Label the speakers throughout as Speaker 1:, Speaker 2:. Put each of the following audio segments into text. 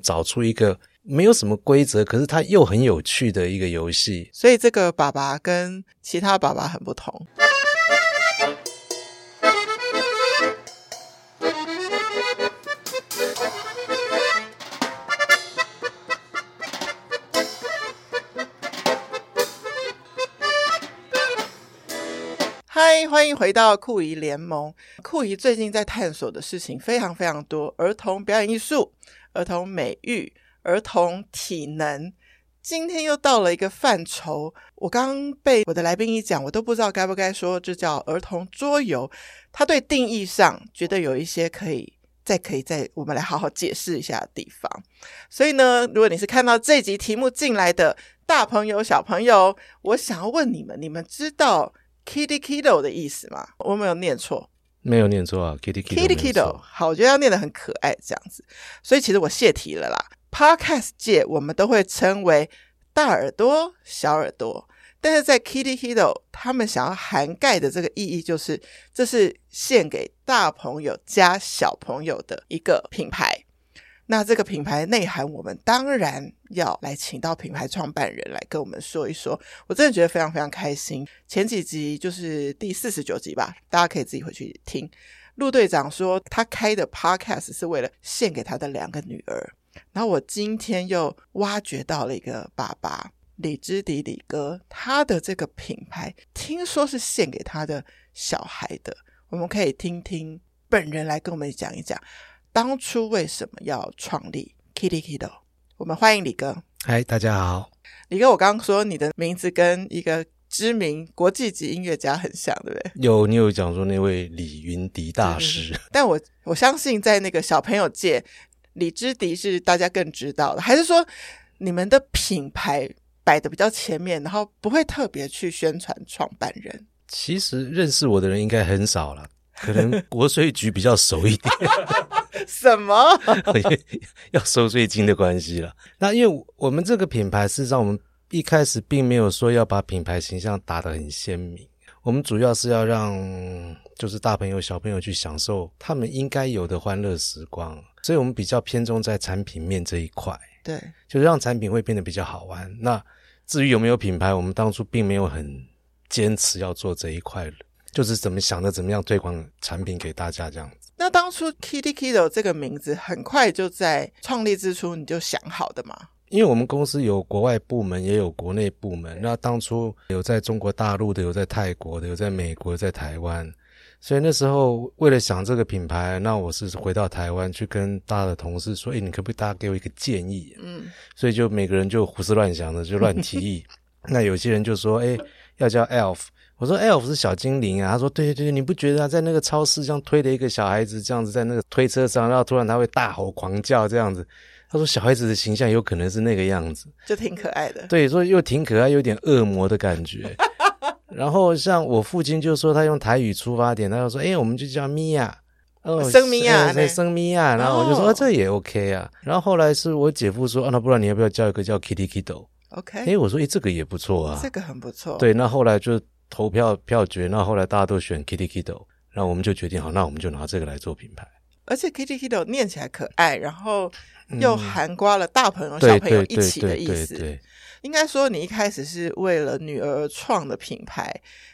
Speaker 1: 找出一个没有什么规则，可是它又很有趣的一个游戏。
Speaker 2: 所以这个爸爸跟其他爸爸很不同。嗨，欢迎回到酷姨联盟。酷姨最近在探索的事情非常非常多：儿童表演艺术、儿童美育、儿童体能。今天又到了一个范畴，我刚被我的来宾一讲，我都不知道该不该说，这叫儿童桌游。它对定义上觉得有一些可以再可以再我们来好好解释一下的地方。所以呢，如果你是看到这集题目进来的大朋友、小朋友，我想要问你们：你们知道 “kitty kiddo” 的意思吗？我没有念错
Speaker 1: 没有念错啊，Kitty Kitty
Speaker 2: ，“kitty kiddo”。好，我觉得要念得很可爱这样子。所以其实我泄题了啦。Podcast 界我们都会称为大耳朵、小耳朵，但是在 Kitty Kiddo 他们想要涵盖的这个意义，就是这是献给大朋友加小朋友的一个品牌。那这个品牌内涵，我们当然要来请到品牌创办人来跟我们说一说。我真的觉得非常非常开心。前几集就是第四十九集吧，大家可以自己回去听。陆队长说，他开的 podcast 是为了献给他的两个女儿。然后我今天又挖掘到了一个爸爸李之迪李哥，他的这个品牌听说是献给他的小孩的，我们可以听听本人来跟我们讲一讲，当初为什么要创立 Kitty Kiddo。我们欢迎李哥，
Speaker 1: 嗨，大家好，
Speaker 2: 李哥，我刚刚说你的名字跟一个知名国际级音乐家很像，对不对？
Speaker 1: 有你有讲说那位李云迪大师，
Speaker 2: 但我我相信在那个小朋友界，李之迪是大家更知道的，还是说你们的品牌摆的比较前面，然后不会特别去宣传创办人？
Speaker 1: 其实认识我的人应该很少了，可能国税局比较熟一点，
Speaker 2: 什么？
Speaker 1: 因为要收税金的关系了。那因为我们这个品牌，事实上我们一开始并没有说要把品牌形象打得很鲜明，我们主要是要让就是大朋友小朋友去享受他们应该有的欢乐时光，所以我们比较偏重在产品面这一块。
Speaker 2: 对，
Speaker 1: 就是让产品会变得比较好玩。那至于有没有品牌，我们当初并没有很坚持要做这一块，就是怎么想着怎么样推广产品给大家这样子。
Speaker 2: 那当初 Kitty Kiddo 这个名字很快就在创立之初你就想好的嘛？
Speaker 1: 因为我们公司有国外部门，也有国内部门。那当初有在中国大陆的，有在泰国的，有在美国，在台湾。所以那时候为了想这个品牌，那我是回到台湾去跟大家的同事说：“哎，你可不可以大家给我一个建议？”
Speaker 2: 嗯，
Speaker 1: 所以就每个人就胡思乱想的就乱提议。那有些人就说：“哎、要叫 Elf。”我说：“Elf 是小精灵啊。”他说：“对对对，你不觉得、啊、在那个超市这样推的一个小孩子这样子在那个推车上，然后突然他会大吼狂叫这样子。”他说：“小孩子的形象有可能是那个样子。”
Speaker 2: 就挺可爱的。
Speaker 1: 对，所以又挺可爱，有点恶魔的感 觉。然后像我父亲就说他用台语出发点，他就说：“哎、我们就叫米娅，哦，
Speaker 2: 生米娅
Speaker 1: 对，
Speaker 2: 呢
Speaker 1: 生米娅。”然后我就说：“
Speaker 2: 哦
Speaker 1: 哦，这也 OK 啊。”然后后来是我姐夫说：“啊，那不然你要不要叫一个叫 Kitty Kiddo？” 哎、
Speaker 2: OK，
Speaker 1: 我说：“哎，这个也不错啊。
Speaker 2: 这个很不错。
Speaker 1: 对，那后来就投票票决，那后来大家都选 Kitty Kiddo，然后我们就决定好，那我们就拿这个来做品牌。
Speaker 2: 而且 Kitty Kiddo 念起来可爱，然后又
Speaker 1: 嗯
Speaker 2: 含刮了大朋友、哦小
Speaker 1: 对
Speaker 2: 朋友
Speaker 1: 对
Speaker 2: 一
Speaker 1: 对
Speaker 2: 起的
Speaker 1: 对
Speaker 2: 意
Speaker 1: 对
Speaker 2: 思。
Speaker 1: 对，
Speaker 2: 应该说，你一开始是为了女儿而创的品牌，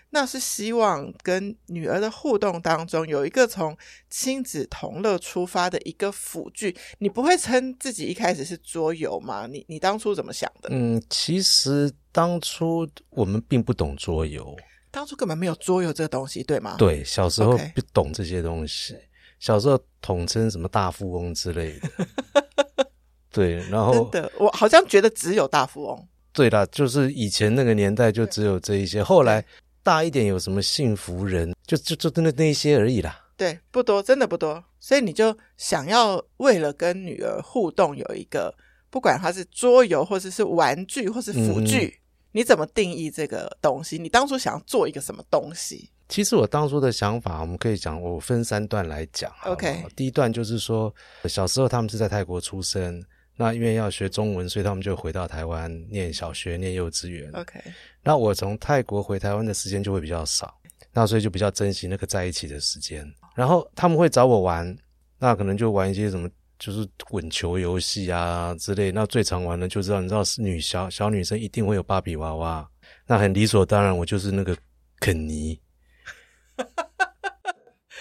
Speaker 2: 那是希望跟女儿的互动当中有一个从亲子同乐出发的一个辅具。你不会称自己一开始是桌游吗？你你当初怎么想的？
Speaker 1: 嗯，其实当初我们并不懂桌游，
Speaker 2: 当初根本没有桌游这个东西，对吗？，
Speaker 1: 对，小时候
Speaker 2: 哦 OK
Speaker 1: 不懂这些东西，小时候统称什么大富翁之类的。 对，然后
Speaker 2: 真的，我好像觉得只有大富翁。
Speaker 1: 对啦，就是以前那个年代就只有这一些，后来大一点有什么幸福人，就就就那那一些而已啦。
Speaker 2: 对，不多，真的不多。所以你就想要为了跟女儿互动，有一个不管它是桌游，或者是玩具，或是
Speaker 1: 嗯
Speaker 2: 辅具，你怎么定义这个东西？你当初想要做一个什么东西？
Speaker 1: 其实我当初的想法，我们可以讲，我分三段来讲。好不好
Speaker 2: OK
Speaker 1: 第一段就是说，小时候他们是在泰国出生，那因为要学中文，所以他们就回到台湾念小学、念幼稚园。
Speaker 2: OK，
Speaker 1: 那我从泰国回台湾的时间就会比较少，那所以就比较珍惜那个在一起的时间。然后他们会找我玩，那可能就玩一些什么就是滚球游戏啊之类。那最常玩的就知道，你知道是女小小女生一定会有芭比娃娃，那很理所当然，我就是那个肯 尼。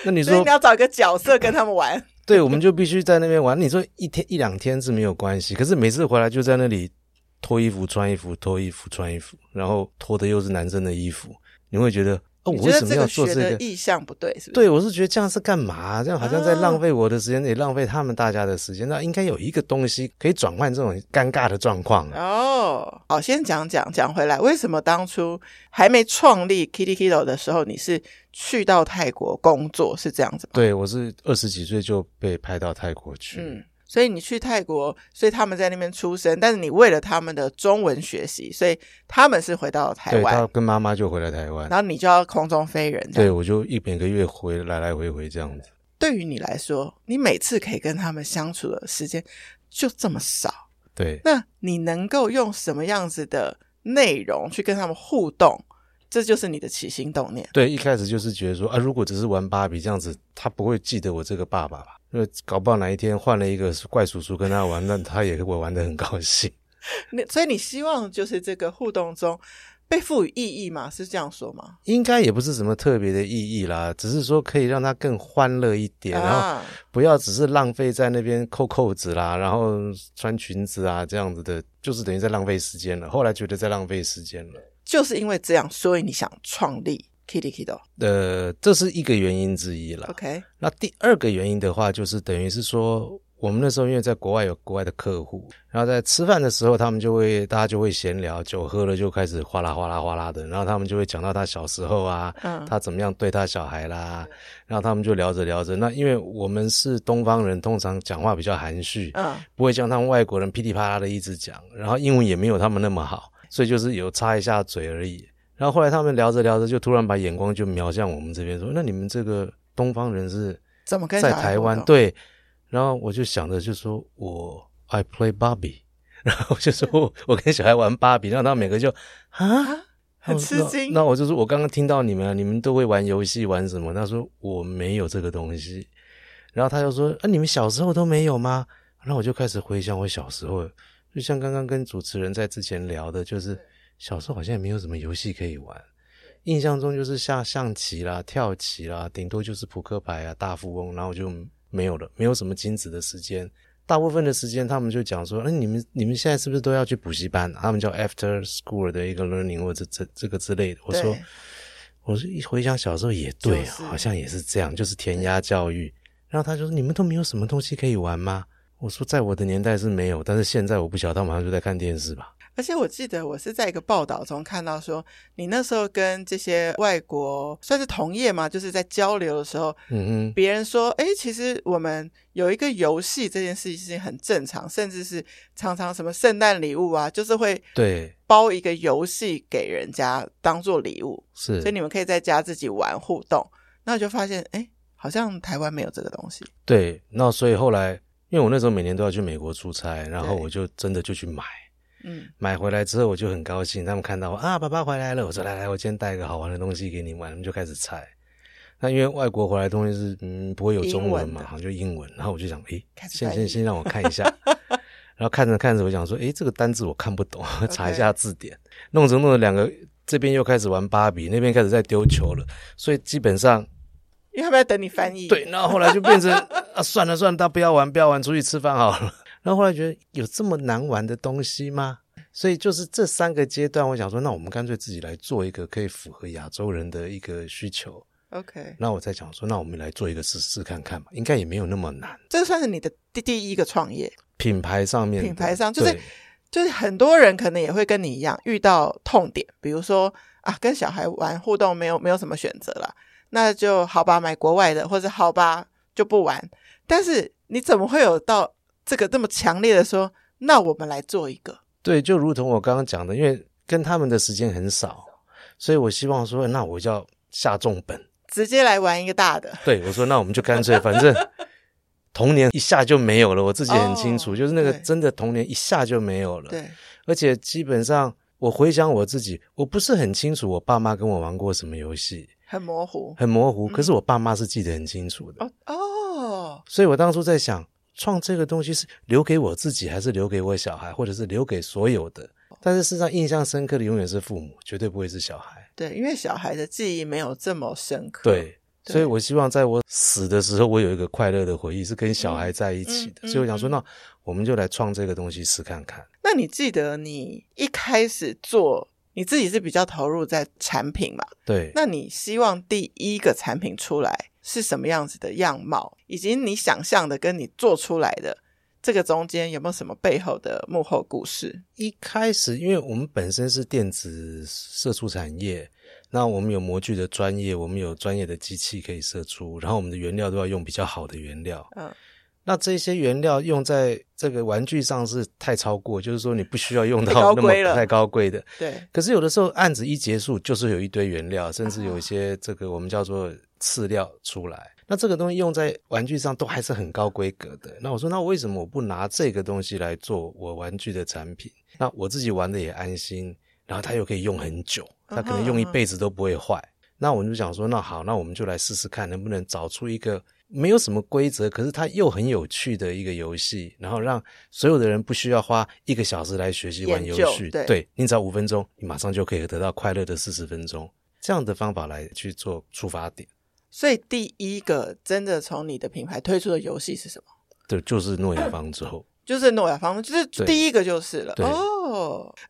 Speaker 1: 那你
Speaker 2: 所以
Speaker 1: 说
Speaker 2: 你要找一个角色跟他们玩。
Speaker 1: 对，我们就必须在那边玩。你说一天一两天是没有关系，可是每次回来就在那里脱衣服、穿衣服、脱衣服、穿衣服，然后脱的又是男生的衣服，你会觉得哦，我
Speaker 2: 你觉
Speaker 1: 为
Speaker 2: 得
Speaker 1: 什么
Speaker 2: 这
Speaker 1: 要
Speaker 2: 个
Speaker 1: 做
Speaker 2: 学
Speaker 1: 这
Speaker 2: 的
Speaker 1: 个？
Speaker 2: 意向不对，是不是？
Speaker 1: 对，我是觉得这样是干嘛？这样好像在
Speaker 2: 啊
Speaker 1: 浪费我的时间，也浪费他们大家的时间。那应该有一个东西可以转换这种尴尬的状况啊。
Speaker 2: 哦，好，先讲讲讲回来，为什么当初还没创立 Kitty Kitty 的时候，你是去到泰国工作，是这样子吗？
Speaker 1: 对，我是二十几岁就被派到泰国去。
Speaker 2: 嗯，所以你去泰国，所以他们在那边出生，但是你为了他们的中文学习，所以他们是回到台
Speaker 1: 对，他
Speaker 2: 湾，
Speaker 1: 跟妈妈就回来台湾。
Speaker 2: 然后你就要空中飞人。这样
Speaker 1: 对，我就一每个月回来来回回这样子。
Speaker 2: 对于你来说，你每次可以跟他们相处的时间就这么少，
Speaker 1: 对，
Speaker 2: 那你能够用什么样子的内容去跟他们互动？这就是你的起心动念。
Speaker 1: 对，一开始就是觉得说啊，如果只是玩芭比这样子，他不会记得我这个爸爸吧？因为搞不好哪一天换了一个怪叔叔跟他玩，那他也会玩的很高兴。
Speaker 2: 你所以你希望就是这个互动中被赋予意义嘛？是这样说吗？
Speaker 1: 应该也不是什么特别的意义啦，只是说可以让他更欢乐一点，然后
Speaker 2: 啊，
Speaker 1: 不要只是浪费在那边扣扣子啦，然后穿裙子啊这样子的，就是等于在浪费时间了。后来觉得在浪费时间了。
Speaker 2: 就是因为这样，所以你想创立 Kitty Kitty。
Speaker 1: 呃，这是一个原因之一啦。
Speaker 2: OK，
Speaker 1: 那第二个原因的话，就是等于是说，我们那时候因为在国外有国外的客户，然后在吃饭的时候，他们就会大家就会闲聊，酒喝了就开始哗啦哗啦哗啦的，然后他们就会讲到他小时候啊，
Speaker 2: 嗯，
Speaker 1: 他怎么样对他小孩啦，然后他们就聊着聊着，那因为我们是东方人，通常讲话比较含蓄，
Speaker 2: 嗯，
Speaker 1: 不会像他们外国人噼里啪啦的一直讲，然后英文也没有他们那么好，所以就是有插一下嘴而已。然后后来他们聊着聊着，就突然把眼光就瞄向我们这边，说：“那你们这个东方人是
Speaker 2: 怎么跟
Speaker 1: 在
Speaker 2: 小孩
Speaker 1: 台湾
Speaker 2: 互动？
Speaker 1: 对？”然后我就想着就说：“我 I play Barbie。”然 后我就说我：“我跟小孩玩芭比。”然后他们每个就啊，
Speaker 2: 啊，很吃惊
Speaker 1: 那。那我就说，我刚刚听到你们啊，你们都会玩游戏，玩什么？他说我没有这个东西。然后他就说，啊，你们小时候都没有吗？那我就开始回想我小时候，就像刚刚跟主持人在之前聊的，就是小时候好像也没有什么游戏可以玩。印象中就是下象棋啦、跳棋啦，顶多就是扑克牌啊、大富翁，然后就没有了，没有什么亲子的时间。大部分的时间，他们就讲说，那、哎你们你们现在是不是都要去补习班？啊他们叫 after school 的一个 learning 或者这这个之类的。我说
Speaker 2: 对，
Speaker 1: 我是一回想小时候也对，
Speaker 2: 就是
Speaker 1: 好像也是这样，就是填鸭教育。然后他就说，你们都没有什么东西可以玩吗？我说，在我的年代是没有，但是现在我不晓得，他们好像就在看电视吧。
Speaker 2: 而且我记得我是在一个报道中看到说，你那时候跟这些外国算是同业嘛，就是在交流的时候，
Speaker 1: 嗯哼，
Speaker 2: 别人说，哎，其实我们有一个游戏这件事情很正常，甚至是常常什么圣诞礼物啊，就是会
Speaker 1: 对，
Speaker 2: 包一个游戏给人家当做礼物，
Speaker 1: 是
Speaker 2: 所以。你们可以在家自己玩互动。那我就发现，哎，好像台湾没有这个东西。
Speaker 1: 对，那所以后来，因为我那时候每年都要去美国出差，然后
Speaker 2: 对
Speaker 1: 我就真的就去买，
Speaker 2: 嗯，
Speaker 1: 买回来之后我就很高兴，他们看到我啊，爸爸回来了，我说来来，我今天带一个好玩的东西给你玩，他们就开始猜。那因为外国回来的东西是嗯不会有中文嘛，
Speaker 2: 英文的
Speaker 1: 好像就英文，然后我就想，诶，
Speaker 2: 开始
Speaker 1: 先
Speaker 2: 翻
Speaker 1: 先
Speaker 2: 译
Speaker 1: 先让我看一下， 然后看着看着我想说，诶，这个单字我看不懂， 查一下字典，弄着弄着两个这边又开始玩芭比，那边开始在丢球了，所以基本上
Speaker 2: 因为他们在等你翻译。
Speaker 1: 对，，然后后来就变成 啊，算了算了，他不要玩，不要玩，出去吃饭好了。然后后来觉得有这么难玩的东西吗？所以就是这三个阶段，我想说，那我们干脆自己来做一个可以符合亚洲人的一个需求。
Speaker 2: OK，
Speaker 1: 那我在想说，那我们来做一个试试看看吧，应该也没有那么难。
Speaker 2: 这算是你的第第一个创业，
Speaker 1: 品牌上面的，
Speaker 2: 品牌上就是
Speaker 1: 对
Speaker 2: 就是很多人可能也会跟你一样遇到痛点，比如说啊，跟小孩玩互动没有没有什么选择了，那就好吧，买国外的，或者好吧就不玩。但是你怎么会有到这个这么强烈的说，那我们来做一个？
Speaker 1: 对，就如同我刚刚讲的，因为跟他们的时间很少，所以我希望说，那我就要下重本。
Speaker 2: 直接来玩一个大的，
Speaker 1: 对，我说那我们就干 脆，反正童年一下就没有了，我自己很清楚，
Speaker 2: 哦
Speaker 1: 就是那个
Speaker 2: 对
Speaker 1: 真的童年一下就没有了。，
Speaker 2: 对，
Speaker 1: 而且基本上我回想我自己，我不是很清楚我爸妈跟我玩过什么游戏，
Speaker 2: 很模糊。嗯
Speaker 1: 很模糊，可是我爸妈是记得很清楚的，
Speaker 2: 哦哦，
Speaker 1: 所以我当初在想。创这个东西是留给我自己，还是留给我小孩，或者是留给所有的？但是事实上，印象深刻的永远是父母，绝对不会是小孩。
Speaker 2: 对，因为小孩的记忆没有这么深刻。
Speaker 1: 对，
Speaker 2: 对
Speaker 1: 所以我希望在我死的时候，我有一个快乐的回忆，是跟小孩在一起的。
Speaker 2: 嗯嗯
Speaker 1: 所以我想说，
Speaker 2: 嗯
Speaker 1: 那我们就来创这个东西试看看。
Speaker 2: 那你记得你一开始做，你自己是比较投入在产品嘛？
Speaker 1: 对，
Speaker 2: 那你希望第一个产品出来是什么样子的样貌，以及你想象的跟你做出来的这个中间有没有什么背后的幕后故事？
Speaker 1: 一开始，因为我们本身是电子射出产业，那我们有模具的专业，我们有专业的机器可以射出，然后我们的原料都要用比较好的原料。
Speaker 2: 嗯，
Speaker 1: 那这些原料用在这个玩具上是太超过，就是说你不需要用
Speaker 2: 太
Speaker 1: 到
Speaker 2: 高
Speaker 1: 那么
Speaker 2: 规了
Speaker 1: 太高贵的。
Speaker 2: 对，
Speaker 1: 可是有的时候案子一结束，就是有一堆原料，甚至有一些这个我们叫做次料出来。那这个东西用在玩具上都还是很高规格的。那我说，那为什么我不拿这个东西来做我玩具的产品？那我自己玩的也安心，然后它又可以用很久，它可能用一辈子都不会坏。那我们就想说，那好，那我们就来试试看，能不能找出一个没有什么规则，可是它又很有趣的一个游戏，然后让所有的人不需要花一个小时来学习玩游
Speaker 2: 研究
Speaker 1: 戏，
Speaker 2: 对
Speaker 1: 你只要五分钟，你马上就可以得到快乐的四十分钟，这样的方法来去做出发点，
Speaker 2: 所以第一个真的从你的品牌推出的游戏是什么？
Speaker 1: 对，就是诺亚方舟，
Speaker 2: 就是诺亚方舟，就是
Speaker 1: 对
Speaker 2: 第一个就是了
Speaker 1: 对
Speaker 2: 哦。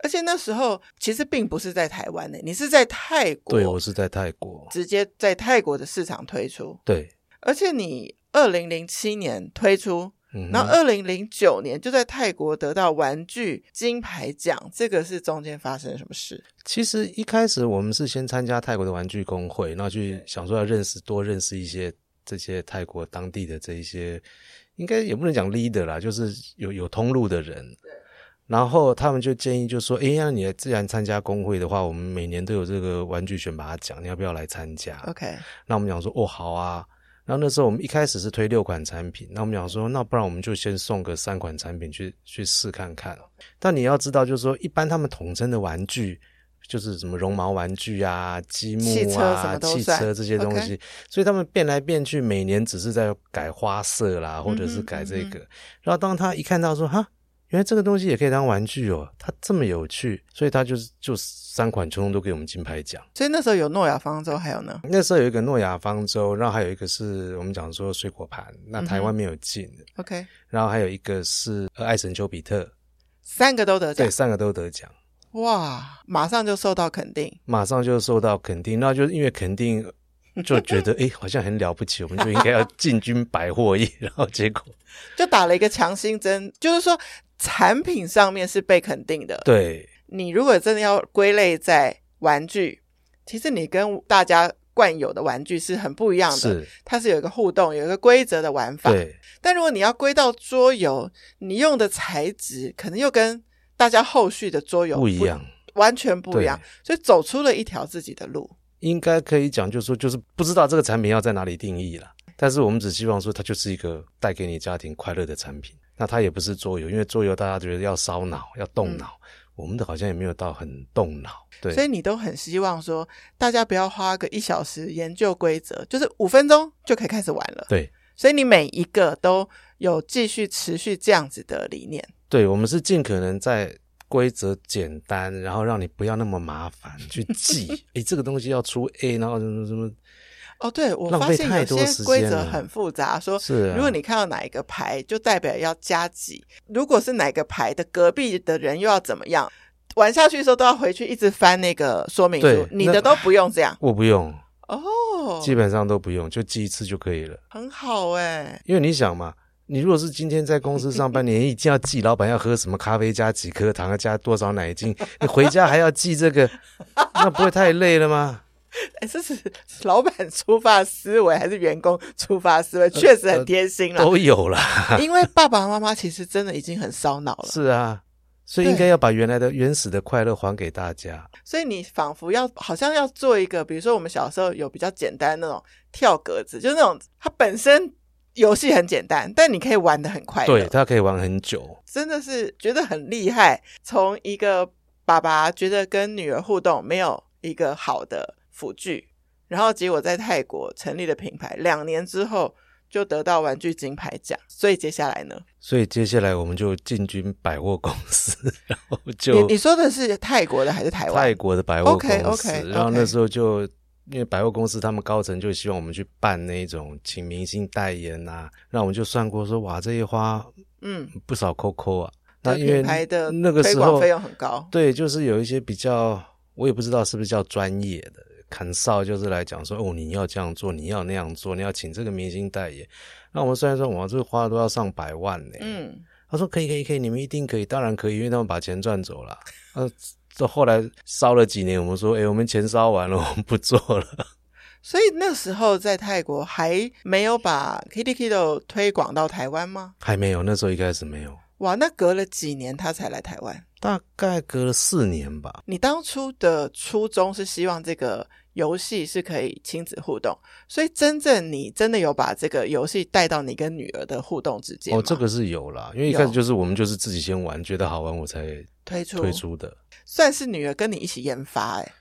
Speaker 2: 而且那时候其实并不是在台湾呢，你是在泰国，
Speaker 1: 对我是在泰国，
Speaker 2: 直接在泰国的市场推出，
Speaker 1: 对，
Speaker 2: 而且你二零零七年推出，
Speaker 1: 嗯哼，
Speaker 2: 然后二零零九年就在泰国得到玩具金牌奖，这个是中间发生了什么事？
Speaker 1: 其实一开始我们是先参加泰国的玩具工会，那去想说要认识多认识一些这些泰国当地的这一些，应该也不能讲 leader 啦，就是有有通路的人。然后他们就建议，就说：“诶，那你既然参加工会的话，我们每年都有这个玩具选拔奖，你要不要来参加？”
Speaker 2: OK，
Speaker 1: 那我们讲说，哦，好啊。然后那时候我们一开始是推六款产品，那我们讲说，那不然我们就先送个三款产品去去试看看。啊但你要知道，就是说，一般他们统称的玩具就是什么绒毛玩具啊、积
Speaker 2: 汽
Speaker 1: 木
Speaker 2: 车什
Speaker 1: 啊、
Speaker 2: 么都
Speaker 1: 汽
Speaker 2: 算
Speaker 1: 车这些东西所以他们变来变去，每年只是在改花色啦，或
Speaker 2: 嗯
Speaker 1: 者是改这个。然后当他一看到说，哈，原来这个东西也可以当玩具哦，它这么有趣，所以他就是就三款全通都给我们金牌奖。
Speaker 2: 所以那时候有诺亚方舟，还有呢，
Speaker 1: 那时候有一个诺亚方舟，然后还有一个是我们讲说水果盘，那台湾没有进的，
Speaker 2: OK，
Speaker 1: 然后还有一个是呃爱神丘比特，
Speaker 2: 三个都得奖
Speaker 1: 对，，三个都得奖，
Speaker 2: 哇，马上就受到肯定。
Speaker 1: 马上就受到肯定，那就因为肯定。就觉得 诶好像很了不起，我们就应该要进军百货业。然后结果，
Speaker 2: 就打了一个强心针，就是说产品上面是被肯定的。
Speaker 1: 对
Speaker 2: 你如果真的要归类在玩具，其实你跟大家惯有的玩具是很不一样的，
Speaker 1: 是，
Speaker 2: 它是有一个互动，有一个规则的玩法。
Speaker 1: 对
Speaker 2: 但如果你要归到桌游，你用的材质可能又跟大家后续的桌游
Speaker 1: 不一样，，
Speaker 2: 完全不一样，所以走出了一条自己的路。
Speaker 1: 应该可以讲，就是说就是不知道这个产品要在哪里定义了。但是我们只希望说，它就是一个带给你家庭快乐的产品。那它也不是桌游，因为桌游大家觉得要烧脑、要动脑，我们的好像也没有到很动脑。对，
Speaker 2: 嗯所以你都很希望说，大家不要花个一小时研究规则，就是五分钟就可以开始玩了。
Speaker 1: 对
Speaker 2: 所以你每一个都有继续持续这样子的理念。
Speaker 1: 对，我们是尽可能在规则简单，然后让你不要那么麻烦去 记。诶，这个东西要出 A，然后什么什么，
Speaker 2: 哦，对，我
Speaker 1: 浪
Speaker 2: 发
Speaker 1: 费
Speaker 2: 现
Speaker 1: 太
Speaker 2: 有
Speaker 1: 多时
Speaker 2: 些规
Speaker 1: 间
Speaker 2: 则
Speaker 1: 了
Speaker 2: 很复杂，说
Speaker 1: 是啊
Speaker 2: 如果你看到哪一个牌，就代表要加几；如果是哪个牌的隔壁的人又要怎么样，玩下去的时候都要回去一直翻那个说明书
Speaker 1: 对，
Speaker 2: 你
Speaker 1: 那
Speaker 2: 的都不用这样
Speaker 1: 我不用，
Speaker 2: 哦，
Speaker 1: 基本上都不用，就记一次就可以了。
Speaker 2: 很好哎、
Speaker 1: 因为你想嘛，你如果是今天在公司上班，你一定要记老板要喝什么咖啡，加几颗糖，加多少奶 精，你回家还要记这 个，那不会太累了吗？
Speaker 2: 哎，这是 老板出发思维还是员工出发思维？确实很贴心啦，
Speaker 1: 呃都有啦，
Speaker 2: 因为爸爸妈妈其实真的已经很烧脑了，
Speaker 1: 是啊，所以应该要把原来的原始的快乐还给大家。
Speaker 2: 所以你仿佛要好像要做一个，比如说我们小时候有比较简单那种跳格子，就是那种它本身游戏很简单，但你可以玩的很快乐
Speaker 1: 对，，它可以玩很久，
Speaker 2: 真的是觉得很厉害。从一个爸爸觉得跟女儿互动没有一个好的辅具，然后结果在泰国成立了品牌，两年之后就得到玩具金牌奖。所以接下来呢，
Speaker 1: 所以接下来我们就进军百货公司，然后
Speaker 2: 你
Speaker 1: 就
Speaker 2: 你说的是泰国的还是台湾？
Speaker 1: 泰国的百货公司
Speaker 2: OK，OK，OK
Speaker 1: 然后那时候就因为百货公司他们高层就希望我们去办那种请明星代言啊，那我们就算过说哇，这一花
Speaker 2: 嗯，
Speaker 1: 不少扣扣啊。那
Speaker 2: 的
Speaker 1: 因为
Speaker 2: 品牌的
Speaker 1: 那个
Speaker 2: 推
Speaker 1: 时
Speaker 2: 广
Speaker 1: 候
Speaker 2: 费用很高。
Speaker 1: 对，就是有一些比较，我也不知道是不是叫专业的砍哨，就是来讲说，哦，你要这样做，你要那样做，你要请这个明星代言。那我们虽然说，哇，这个花了都要上百万呢。，
Speaker 2: 嗯，
Speaker 1: 他说可以，可以，可以，你们一定可以，当然可以，因为他们把钱赚走了。 呃，这后来烧了几年，我们说，哎，我们钱烧完了，我们不做了。
Speaker 2: 所以那时候在泰国还没有把 Kitty Kitty 推广到台湾吗？
Speaker 1: 还没有，那时候一开始没有，
Speaker 2: 哇，那隔了几年他才来台湾。
Speaker 1: 大概隔了四年吧。哦
Speaker 2: 你当初的初衷是希望这个游戏是可以亲子互动，所以真正你真的有把这个游戏带到你跟女儿的互动之间吗
Speaker 1: 哦，这个是有啦，因为一开
Speaker 2: 有
Speaker 1: 始就是我们就是自己先玩，觉得好玩我才
Speaker 2: 推出
Speaker 1: 推出的。
Speaker 2: 算是女儿跟你一起研发、哎，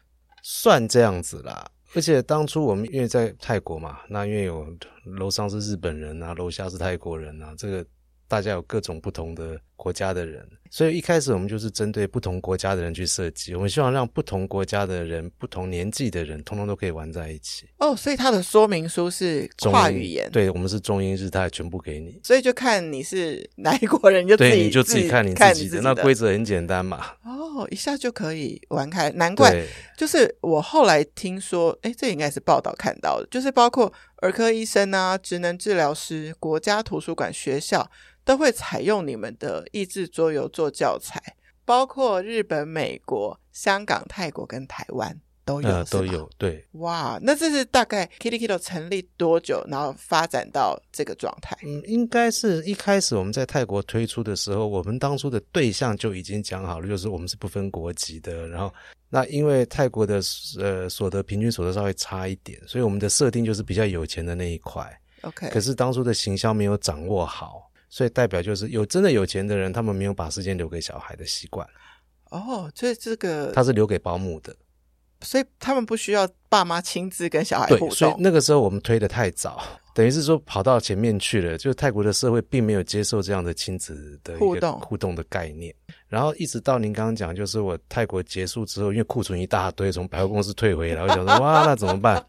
Speaker 1: 算这样子啦。而且当初我们因为在泰国嘛，那因为有楼上是日本人啊，楼下是泰国人啊，这个大家有各种不同的国家的人，所以一开始我们就是针对不同国家的人去设计，我们希望让不同国家的人、不同年纪的人，通通都可以玩在一起。
Speaker 2: 哦，所以它的说明书是
Speaker 1: 中
Speaker 2: 跨
Speaker 1: 英
Speaker 2: 语言，，
Speaker 1: 对我们是中英日泰全部给你，
Speaker 2: 所以就看你是哪一国人，你就自己
Speaker 1: 对，你就自己看
Speaker 2: 你
Speaker 1: 你
Speaker 2: 看
Speaker 1: 自
Speaker 2: 你
Speaker 1: 己
Speaker 2: 自
Speaker 1: 的。
Speaker 2: 己
Speaker 1: 那规则很简单嘛，
Speaker 2: 哦，一下就可以玩开，难怪
Speaker 1: 对，
Speaker 2: 就是我后来听说，哎，这应该是报道看到的，就是包括儿科医生啊、职能治疗师、国家图书馆、学校都会采用你们的益智桌游做教材，包括日本、美国、香港、泰国跟台湾都有，
Speaker 1: 呃，
Speaker 2: 是
Speaker 1: 都。
Speaker 2: 吗
Speaker 1: 有，对，
Speaker 2: 哇，那这是大概 Kitty Kitty 成立多久，然后发展到这个状态？
Speaker 1: 嗯，应该是一开始我们在泰国推出的时候，我们当初的对象就已经讲好了，就是我们是不分国籍的。然后，那因为泰国的呃所得平均所得稍微差一点，所以我们的设定就是比较有钱的那一块。
Speaker 2: OK，
Speaker 1: 可是当初的行销没有掌握好，所以代表就是有真的有钱的人，他们没有把时间留给小孩的习惯，
Speaker 2: 哦，所以这个，
Speaker 1: 他是留给保姆的。
Speaker 2: 所以他们不需要爸妈亲自跟小孩
Speaker 1: 对
Speaker 2: 互，
Speaker 1: 所以
Speaker 2: 动。
Speaker 1: 那个时候我们推的太早，等于是说跑到前面去了。就是泰国的社会并没有接受这样的亲子的一个
Speaker 2: 互动
Speaker 1: 互动的概念。然后一直到您刚刚讲，就是我泰国结束之后，因为库存一大堆，从百货公司退回来，我想说哇，那怎么办？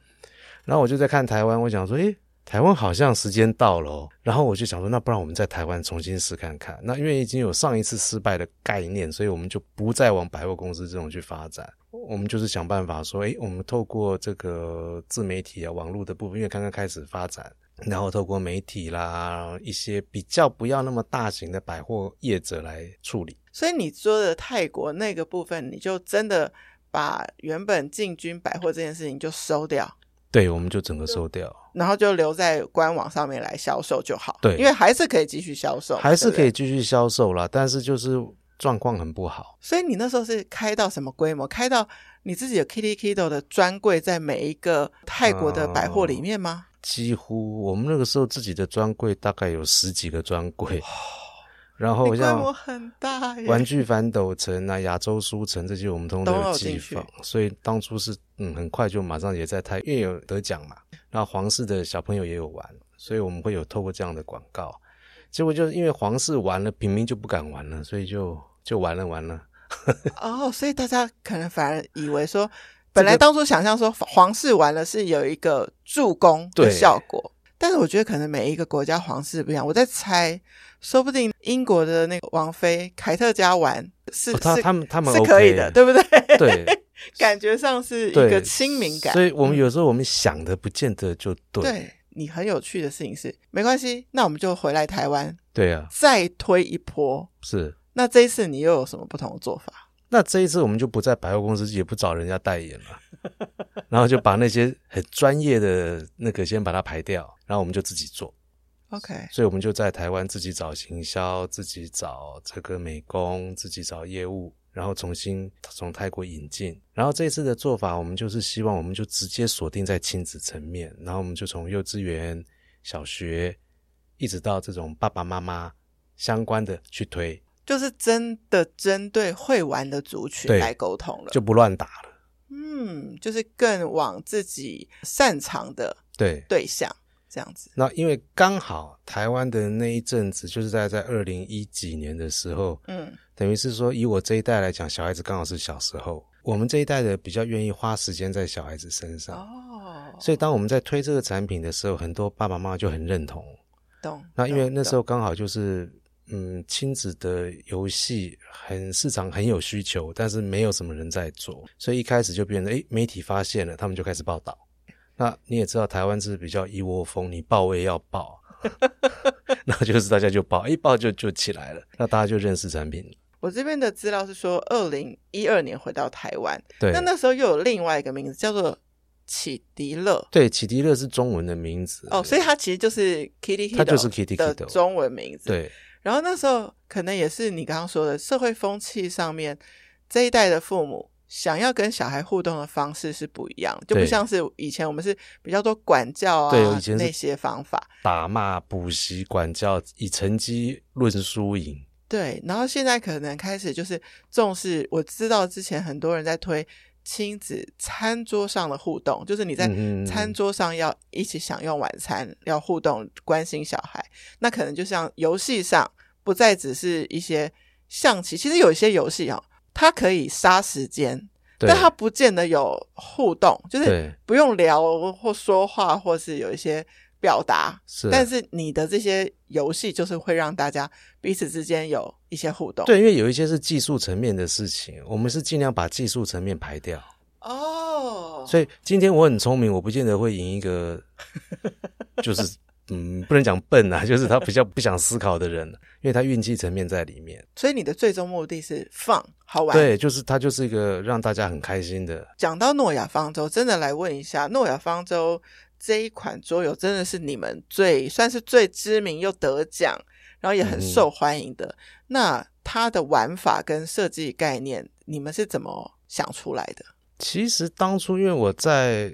Speaker 1: 然后我就在看台湾，我想说，诶，台湾好像时间到了、哦。然后我就想说，那不然我们在台湾重新试看看。那因为已经有上一次失败的概念，所以我们就不再往百货公司这种去发展。我们就是想办法说，诶，我们透过这个自媒体啊、网络的部分，因为刚刚开始发展，然后透过媒体啦，一些比较不要那么大型的百货业者来处理。
Speaker 2: 所以你说的泰国那个部分，你就真的把原本进军百货这件事情就收掉，
Speaker 1: 对，我们就整个收掉，
Speaker 2: 然后就留在官网上面来销售就好。
Speaker 1: 对
Speaker 2: 因为还是可以继续销售嘛，
Speaker 1: 还是
Speaker 2: 对不
Speaker 1: 可
Speaker 2: 对
Speaker 1: 以。继续销售啦，但是就是状况很不好。
Speaker 2: 所以你那时候是开到什么规模？开到你自己有 Kitty Kitty 的专柜在每一个泰国的百货
Speaker 1: 啊
Speaker 2: 里面吗？
Speaker 1: 几乎我们那个时候自己的专柜大概有十几个专柜，然后
Speaker 2: 你规
Speaker 1: 哦像
Speaker 2: 模很大耶！
Speaker 1: 玩具反斗城啊、亚洲书城这些，我们通通
Speaker 2: 都
Speaker 1: 有
Speaker 2: 有
Speaker 1: 寄
Speaker 2: 进去
Speaker 1: 放，所以当初是嗯，很快就马上也在台，因为有得奖嘛，然后皇室的小朋友也有玩，所以我们会有透过这样的广告。结果就是因为皇室玩了，平民就不敢玩了，所以就就完了完了。
Speaker 2: 哦，所以大家可能反而以为说，本来当初想象说皇室完了是有一个助攻的
Speaker 1: 对
Speaker 2: 效果，但是我觉得可能每一个国家皇室不一样。我在猜，说不定英国的那个王妃凯特家玩是、
Speaker 1: 哦他
Speaker 2: 是
Speaker 1: 他们他们
Speaker 2: 是
Speaker 1: OK
Speaker 2: 可以的，对不对？
Speaker 1: 对
Speaker 2: 感觉上是一
Speaker 1: 对，
Speaker 2: 个亲民感。嗯
Speaker 1: 所以我们有时候我们想的不见得就对。
Speaker 2: 对你很有趣的事情是，没关系，那我们就回来台湾
Speaker 1: 对啊，
Speaker 2: 再推一波。
Speaker 1: 是。
Speaker 2: 那这一次你又有什么不同的做法？
Speaker 1: 那这一次我们就不在百货公司，也不找人家代言了， 然后就把那些很专业的那个先把它排掉，然后我们就自己做。
Speaker 2: OK，
Speaker 1: 所以我们就在台湾自己找行销，自己找这个美工，自己找业务，然后重新从泰国引进。然后这一次的做法，我们就是希望我们就直接锁定在亲子层面，然后我们就从幼稚园、小学，一直到这种爸爸妈妈相关的去推，
Speaker 2: 就是真的针对会玩的族群
Speaker 1: 对
Speaker 2: 来沟通了，
Speaker 1: 就不乱打了。
Speaker 2: 嗯，就是更往自己擅长的
Speaker 1: 对。
Speaker 2: 对象这样子。
Speaker 1: 那因为刚好台湾的那一阵子，就是在在二零一几年的时候，
Speaker 2: 嗯，
Speaker 1: 等于是说以我这一代来讲，小孩子刚好是小时候，我们这一代的比较愿意花时间在小孩子身上，
Speaker 2: 哦，
Speaker 1: 啊所以当我们在推这个产品的时候，很多爸爸妈妈就很认同。
Speaker 2: 懂。
Speaker 1: 那因为那时
Speaker 2: 候
Speaker 1: 候刚好就是，嗯，亲子的游戏很市场很有需求，但是没有什么人在做，所以一开始就变成，诶，媒体发现了，他们就开始报道。那你也知道，台湾是比较一窝蜂，你报我也要 报，那就是大家就报，一报就就起来了，那大家就认识产品了。
Speaker 2: 我这边的资料是说，二零一二年回到台湾，
Speaker 1: 对
Speaker 2: 那，那时候又有另外一个名字叫做启迪乐。
Speaker 1: 对，启迪乐是中文的名字
Speaker 2: 哦，所以它其实就是 Kitty Hito
Speaker 1: 它就是 Kitty
Speaker 2: 的
Speaker 1: Hito
Speaker 2: 中文名字。
Speaker 1: 对
Speaker 2: 然后那时候可能也是你刚刚说的社会风气上面，这一代的父母想要跟小孩互动的方式是不一样，就不
Speaker 1: 对
Speaker 2: 像是以前我们是比较多管教啊
Speaker 1: 对以前是
Speaker 2: 那些方法。
Speaker 1: 打骂、补习、管教，以成绩论输赢。
Speaker 2: 对，然后现在可能开始就是重视，我知道之前很多人在推亲子餐桌上的互动，就是你在
Speaker 1: 嗯嗯嗯
Speaker 2: 餐桌上要一起享用晚餐，要互动关心小孩。那可能就像游戏上，不再只是一些象棋，其实有一些游戏哦，它可以杀时间，
Speaker 1: 对
Speaker 2: 但它不见得有互动，就是
Speaker 1: 对
Speaker 2: 不用聊或说话，或是有一些表达。
Speaker 1: 是啊，
Speaker 2: 但是你的这些游戏就是会让大家彼此之间有一些互动。
Speaker 1: 对，因为有一些是技术层面的事情，我们是尽量把技术层面排掉。
Speaker 2: 哦，
Speaker 1: 所以今天我很聪明，我不见得会赢一个，就是嗯，不能讲笨啊，就是他比较不想思考的人，啊因为他运气层面在里面。
Speaker 2: 所以你的最终目的是放好玩。
Speaker 1: 对，就是他就是一个让大家很开心的。
Speaker 2: 讲到诺亚方舟，真的来问一下，诺亚方舟这一款桌游真的是你们最算是最知名又得奖，然后也很
Speaker 1: 嗯哼
Speaker 2: 受欢迎的。那它的玩法跟设计概念，你们是怎么想出来的？
Speaker 1: 其实当初因为我在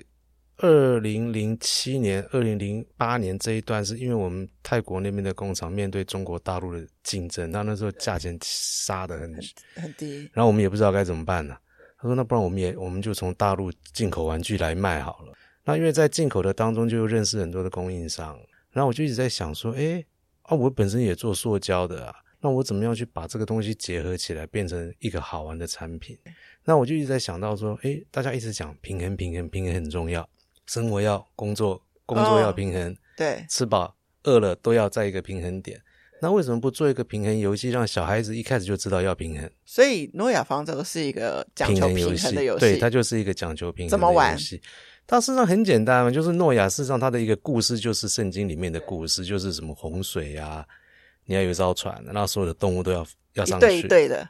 Speaker 1: 二零零七年、二零零八年这一段，是因为我们泰国那边的工厂面对中国大陆的竞争，那那时候价钱杀的很
Speaker 2: 很低，
Speaker 1: 然后我们也不知道该怎么办呢、他说：“那不然我们也我们就从大陆进口玩具来卖好了。”那因为在进口的当中就认识很多的供应商，然后我就一直在想说：“诶，啊，我本身也做塑胶的啊，那我怎么样去把这个东西结合起来，变成一个好玩的产品？”那我就一直在想到说：“诶，大家一直讲平衡，平衡，平衡很重要，生活要工作，工作要平衡，
Speaker 2: 对，
Speaker 1: 吃饱饿了都要在一个平衡点。那为什么不做一个平衡游戏，让小孩子一开始就知道要平衡？”
Speaker 2: 所以诺亚方舟是一个讲求平衡的游戏，
Speaker 1: 对，它就是一个讲求平衡的
Speaker 2: 怎么玩
Speaker 1: 游戏。它事实上很简单嘛，就是诺亚，事实上它的一个故事就是圣经里面的故事，就是什么洪水啊，你要有一艘船，那所有的动物都要要
Speaker 2: 一
Speaker 1: 上去。
Speaker 2: 对一对的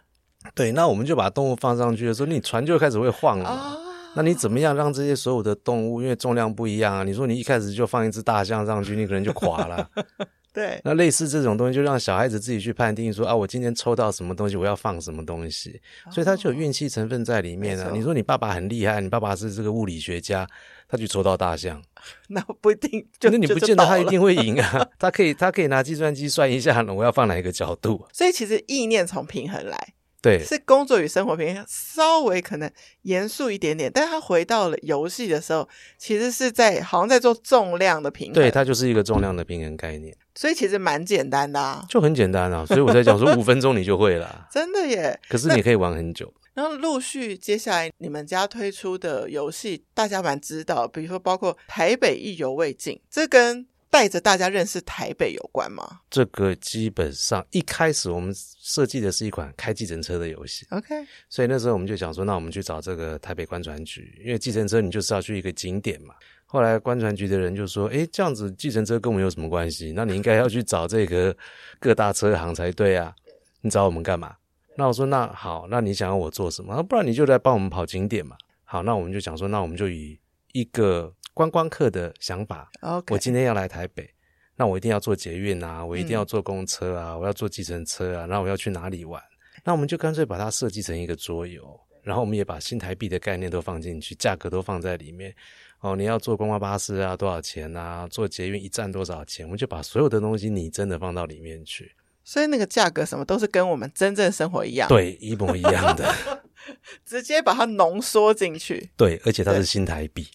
Speaker 1: 对那我们就把动物放上去的时候，你船就开始会晃了嘛。
Speaker 2: 啊。
Speaker 1: 嗯那你怎么样让这些所有的动物，因为重量不一样啊？你说你一开始就放一只大象上去，你可能就垮了。
Speaker 2: 对，
Speaker 1: 那类似这种东西，就让小孩子自己去判定说啊，我今天抽到什么东西，我要放什么东西，所以它就有运气成分在里面
Speaker 2: 哦没
Speaker 1: 啊。
Speaker 2: 错
Speaker 1: 你说你爸爸很厉害，你爸爸是这个物理学家，他去抽到大象，
Speaker 2: 那不一定就
Speaker 1: 那你
Speaker 2: 就
Speaker 1: 不
Speaker 2: 就
Speaker 1: 见得他
Speaker 2: 倒
Speaker 1: 一
Speaker 2: 了
Speaker 1: 定会赢啊。 他可以，他可以拿计算机算一下，我要放哪一个角度。
Speaker 2: 所以其实意念从平衡来，
Speaker 1: 对，
Speaker 2: 是工作与生活平衡，稍微可能严肃一点点，但他回到了游戏的时候，其实是在好像在做重量的平衡，
Speaker 1: 对，它就是一个重量的平衡概念，
Speaker 2: 所以其实蛮简单的啊，
Speaker 1: 就很简单 啊。所以我在讲说五分钟你就会了，
Speaker 2: 真的耶。
Speaker 1: 可是你可以玩很久。
Speaker 2: 然后陆续接下来你们家推出的游戏，大家蛮知道，比如说包括台北意犹未尽，这跟带着大家认识台北有关吗
Speaker 1: 这个基本上一开始我们设计的是一款开计程车的游戏。
Speaker 2: ？OK，
Speaker 1: 所以那时候我们就想说，那我们去找这个台北观船局，因为计程车你就是要去一个景点嘛。后来观船局的人就说：“诶，这样子计程车跟我们有什么关系？那你应该要去找这个各大车行才对啊，你找我们干嘛？”那我说：“那好，那你想要我做什么？啊不然你就来帮我们跑景点嘛。”好，那我们就想说，那我们就以一个观光客的想法，
Speaker 2: OK，
Speaker 1: 我今天要来台北，那我一定要坐捷运啊，我一定要坐公车啊，我要坐计程车啊，然后我要去哪里玩？那我们就干脆把它设计成一个桌游，然后我们也把新台币的概念都放进去，价格都放在里面。哦，你要坐观光巴士啊，多少钱啊？坐捷运一站多少钱？我们就把所有的东西拟真的放到里面去，
Speaker 2: 所以那个价格什么都是跟我们真正生活一样，，
Speaker 1: 对，一模一样的，
Speaker 2: 直接把它浓缩进去。
Speaker 1: 对，而且它
Speaker 2: 对
Speaker 1: 是新台币，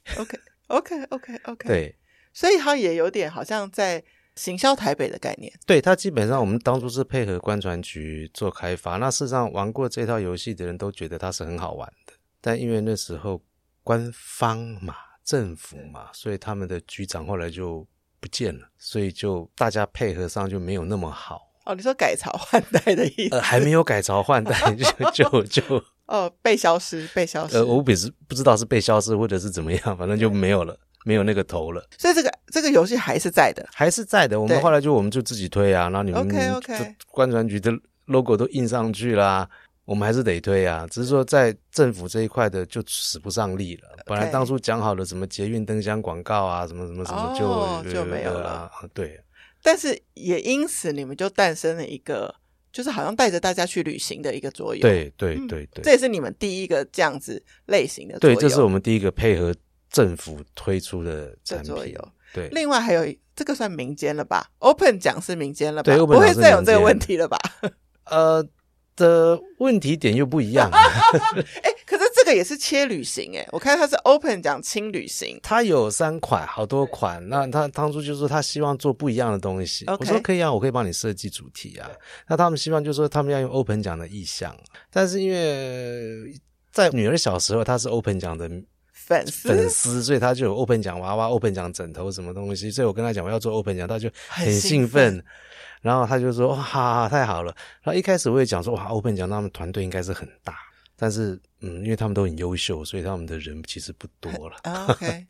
Speaker 2: OK，OK，OK，OK，、
Speaker 1: 对，
Speaker 2: 所以它也有点好像在行销台北的概念。
Speaker 1: 对它基本上，我们当初是配合观传局做开发。那事实上，玩过这套游戏的人都觉得它是很好玩的，但因为那时候官方嘛、政府嘛，所以他们的局长后来就不见了，所以就大家配合上就没有那么好。
Speaker 2: 哦，你说改朝换代的意思？
Speaker 1: 呃，还没有改朝换代， 就就就
Speaker 2: 哦，被消失，被消失。
Speaker 1: 呃，我不是不知道是被消失或者是怎么样，反正就没有了，没有那个头了。
Speaker 2: 所以这个这个游戏还是在的。
Speaker 1: 还是在的。我们
Speaker 2: 对
Speaker 1: 后来就我们就自己推啊，然后你们
Speaker 2: OK，OK
Speaker 1: 这观船局的 logo 都印上去啦，我们还是得推啊。只是说在政府这一块的就使不上力
Speaker 2: 呃
Speaker 1: 了。本来当初讲好了什么捷运灯箱广告啊，什么什么什么就、
Speaker 2: 哦就没有了
Speaker 1: 啊。对，
Speaker 2: 但是也因此，你们就诞生了一个，就是好像带着大家去旅行的一个桌游。，
Speaker 1: 对对
Speaker 2: 嗯
Speaker 1: 对对
Speaker 2: 这也是你们第一个这样子类型的桌
Speaker 1: 对，
Speaker 2: 游。
Speaker 1: 这是我们第一个配合政府推出的产
Speaker 2: 这桌
Speaker 1: 品
Speaker 2: 游。
Speaker 1: 对，
Speaker 2: 另外还有一这个算民间了吧？Open 奖是民间了吧？
Speaker 1: 对
Speaker 2: 不
Speaker 1: ，Open
Speaker 2: 会
Speaker 1: 奖是
Speaker 2: 再有这
Speaker 1: 民
Speaker 2: 个
Speaker 1: 间
Speaker 2: 问题了吧？
Speaker 1: 呃的问题点又不一 样。啊
Speaker 2: 哎，可是这个也是切旅行哎、我看它是 Open 奖轻旅行，
Speaker 1: 他有三款，好多款。那他当初就说他希望做不一样的东西。
Speaker 2: OK
Speaker 1: 我说可以啊，我可以帮你设计主题啊。那他们希望就说他们要用 Open 奖的意向，但是因为在女儿小时候她是 Open 奖的
Speaker 2: 粉丝
Speaker 1: 粉丝，所以她就有 Open 奖娃娃、Open 奖枕头什么东西。所以我跟她讲我要做 Open 奖，她就很兴
Speaker 2: 很
Speaker 1: 奋。然后她就说哇，哈哈太好了。然后一开始我也讲说哇，Open 奖他们团队应该是很大，但是嗯，因为他们都很优秀，所以他们的人其实不多了。
Speaker 2: 啊 OK，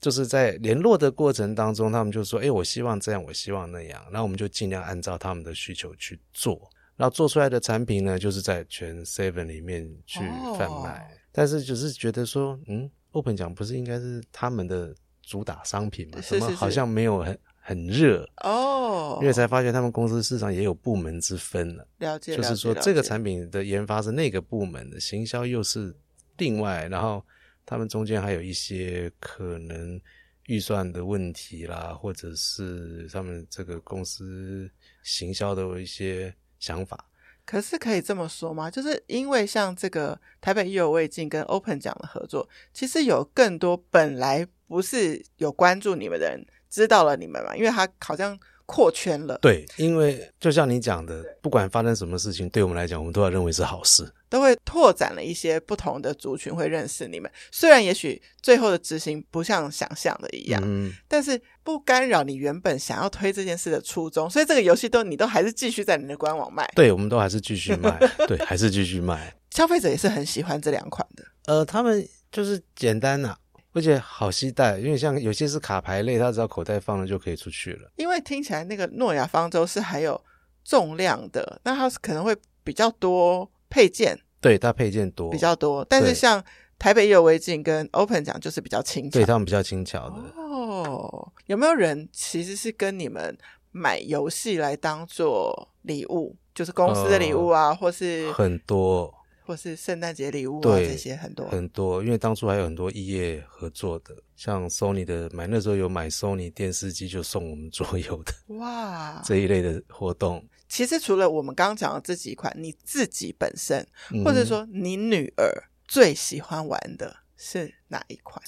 Speaker 1: 就是在联络的过程当中，他们就说：“哎，我希望这样，我希望那样。”然后我们就尽量按照他们的需求去做。然后做出来的产品呢，就是在全 Seven 里面去贩卖。
Speaker 2: 哦
Speaker 1: 但是只是觉得说，嗯，Open 奖不是应该是他们的主打商品吗？怎
Speaker 2: 是
Speaker 1: 么
Speaker 2: 是是
Speaker 1: 好像没有很很热？
Speaker 2: 哦，
Speaker 1: 因为才发现他们公司市场也有部门之分了，
Speaker 2: 了解，
Speaker 1: 就是说
Speaker 2: 了解
Speaker 1: 这个
Speaker 2: 了解
Speaker 1: 产品的研发是那个部门的，行销又是另外，然后他们中间还有一些可能预算的问题啦，或者是他们这个公司行销的一些想法。
Speaker 2: 可是可以这么说吗？就是因为像这个台北意犹未尽跟 Open 奖的合作，其实有更多本来不是有关注你们的人知道了你们嘛，因为他好像扩圈了，
Speaker 1: 对，因为就像你讲的，不管发生什么事情，对我们来讲，我们都要认为是好事。
Speaker 2: 都会拓展了一些不同的族群会认识你们。虽然也许最后的执行不像想象的一样，
Speaker 1: 嗯，
Speaker 2: 但是不干扰你原本想要推这件事的初衷。所以这个游戏都你都还是继续在你的官网卖，
Speaker 1: 对，我们都还是继续卖，对，还是继续卖。
Speaker 2: 消费者也是很喜欢这两款的。
Speaker 1: 呃，他们就是简单呐、而且好携带，因为像有些是卡牌类，它只要口袋放了就可以出去了。
Speaker 2: 因为听起来那个诺亚方舟是还有重量的，那它是可能会比较多配件
Speaker 1: 对，它配件多，
Speaker 2: 比较多，但是
Speaker 1: 对
Speaker 2: 像台北也有微镜跟 Open 讲就是比较轻巧
Speaker 1: 对。他们比较轻巧的。
Speaker 2: 哦，有没有人其实是跟你们买游戏来当做礼物，就是公司的礼物啊，或是
Speaker 1: 呃很多
Speaker 2: 或是圣诞节礼物啊
Speaker 1: 对
Speaker 2: 这些很多。
Speaker 1: 很多，因为当初还有很多异业合作的，像 Sony 的买那时候有买 Sony 电视机就送我们桌游的
Speaker 2: 哇，
Speaker 1: 这一类的活动，
Speaker 2: 其实除了我们刚刚讲的这几款，你自己本身
Speaker 1: 嗯
Speaker 2: 或者说你女儿最喜欢玩的是哪一款？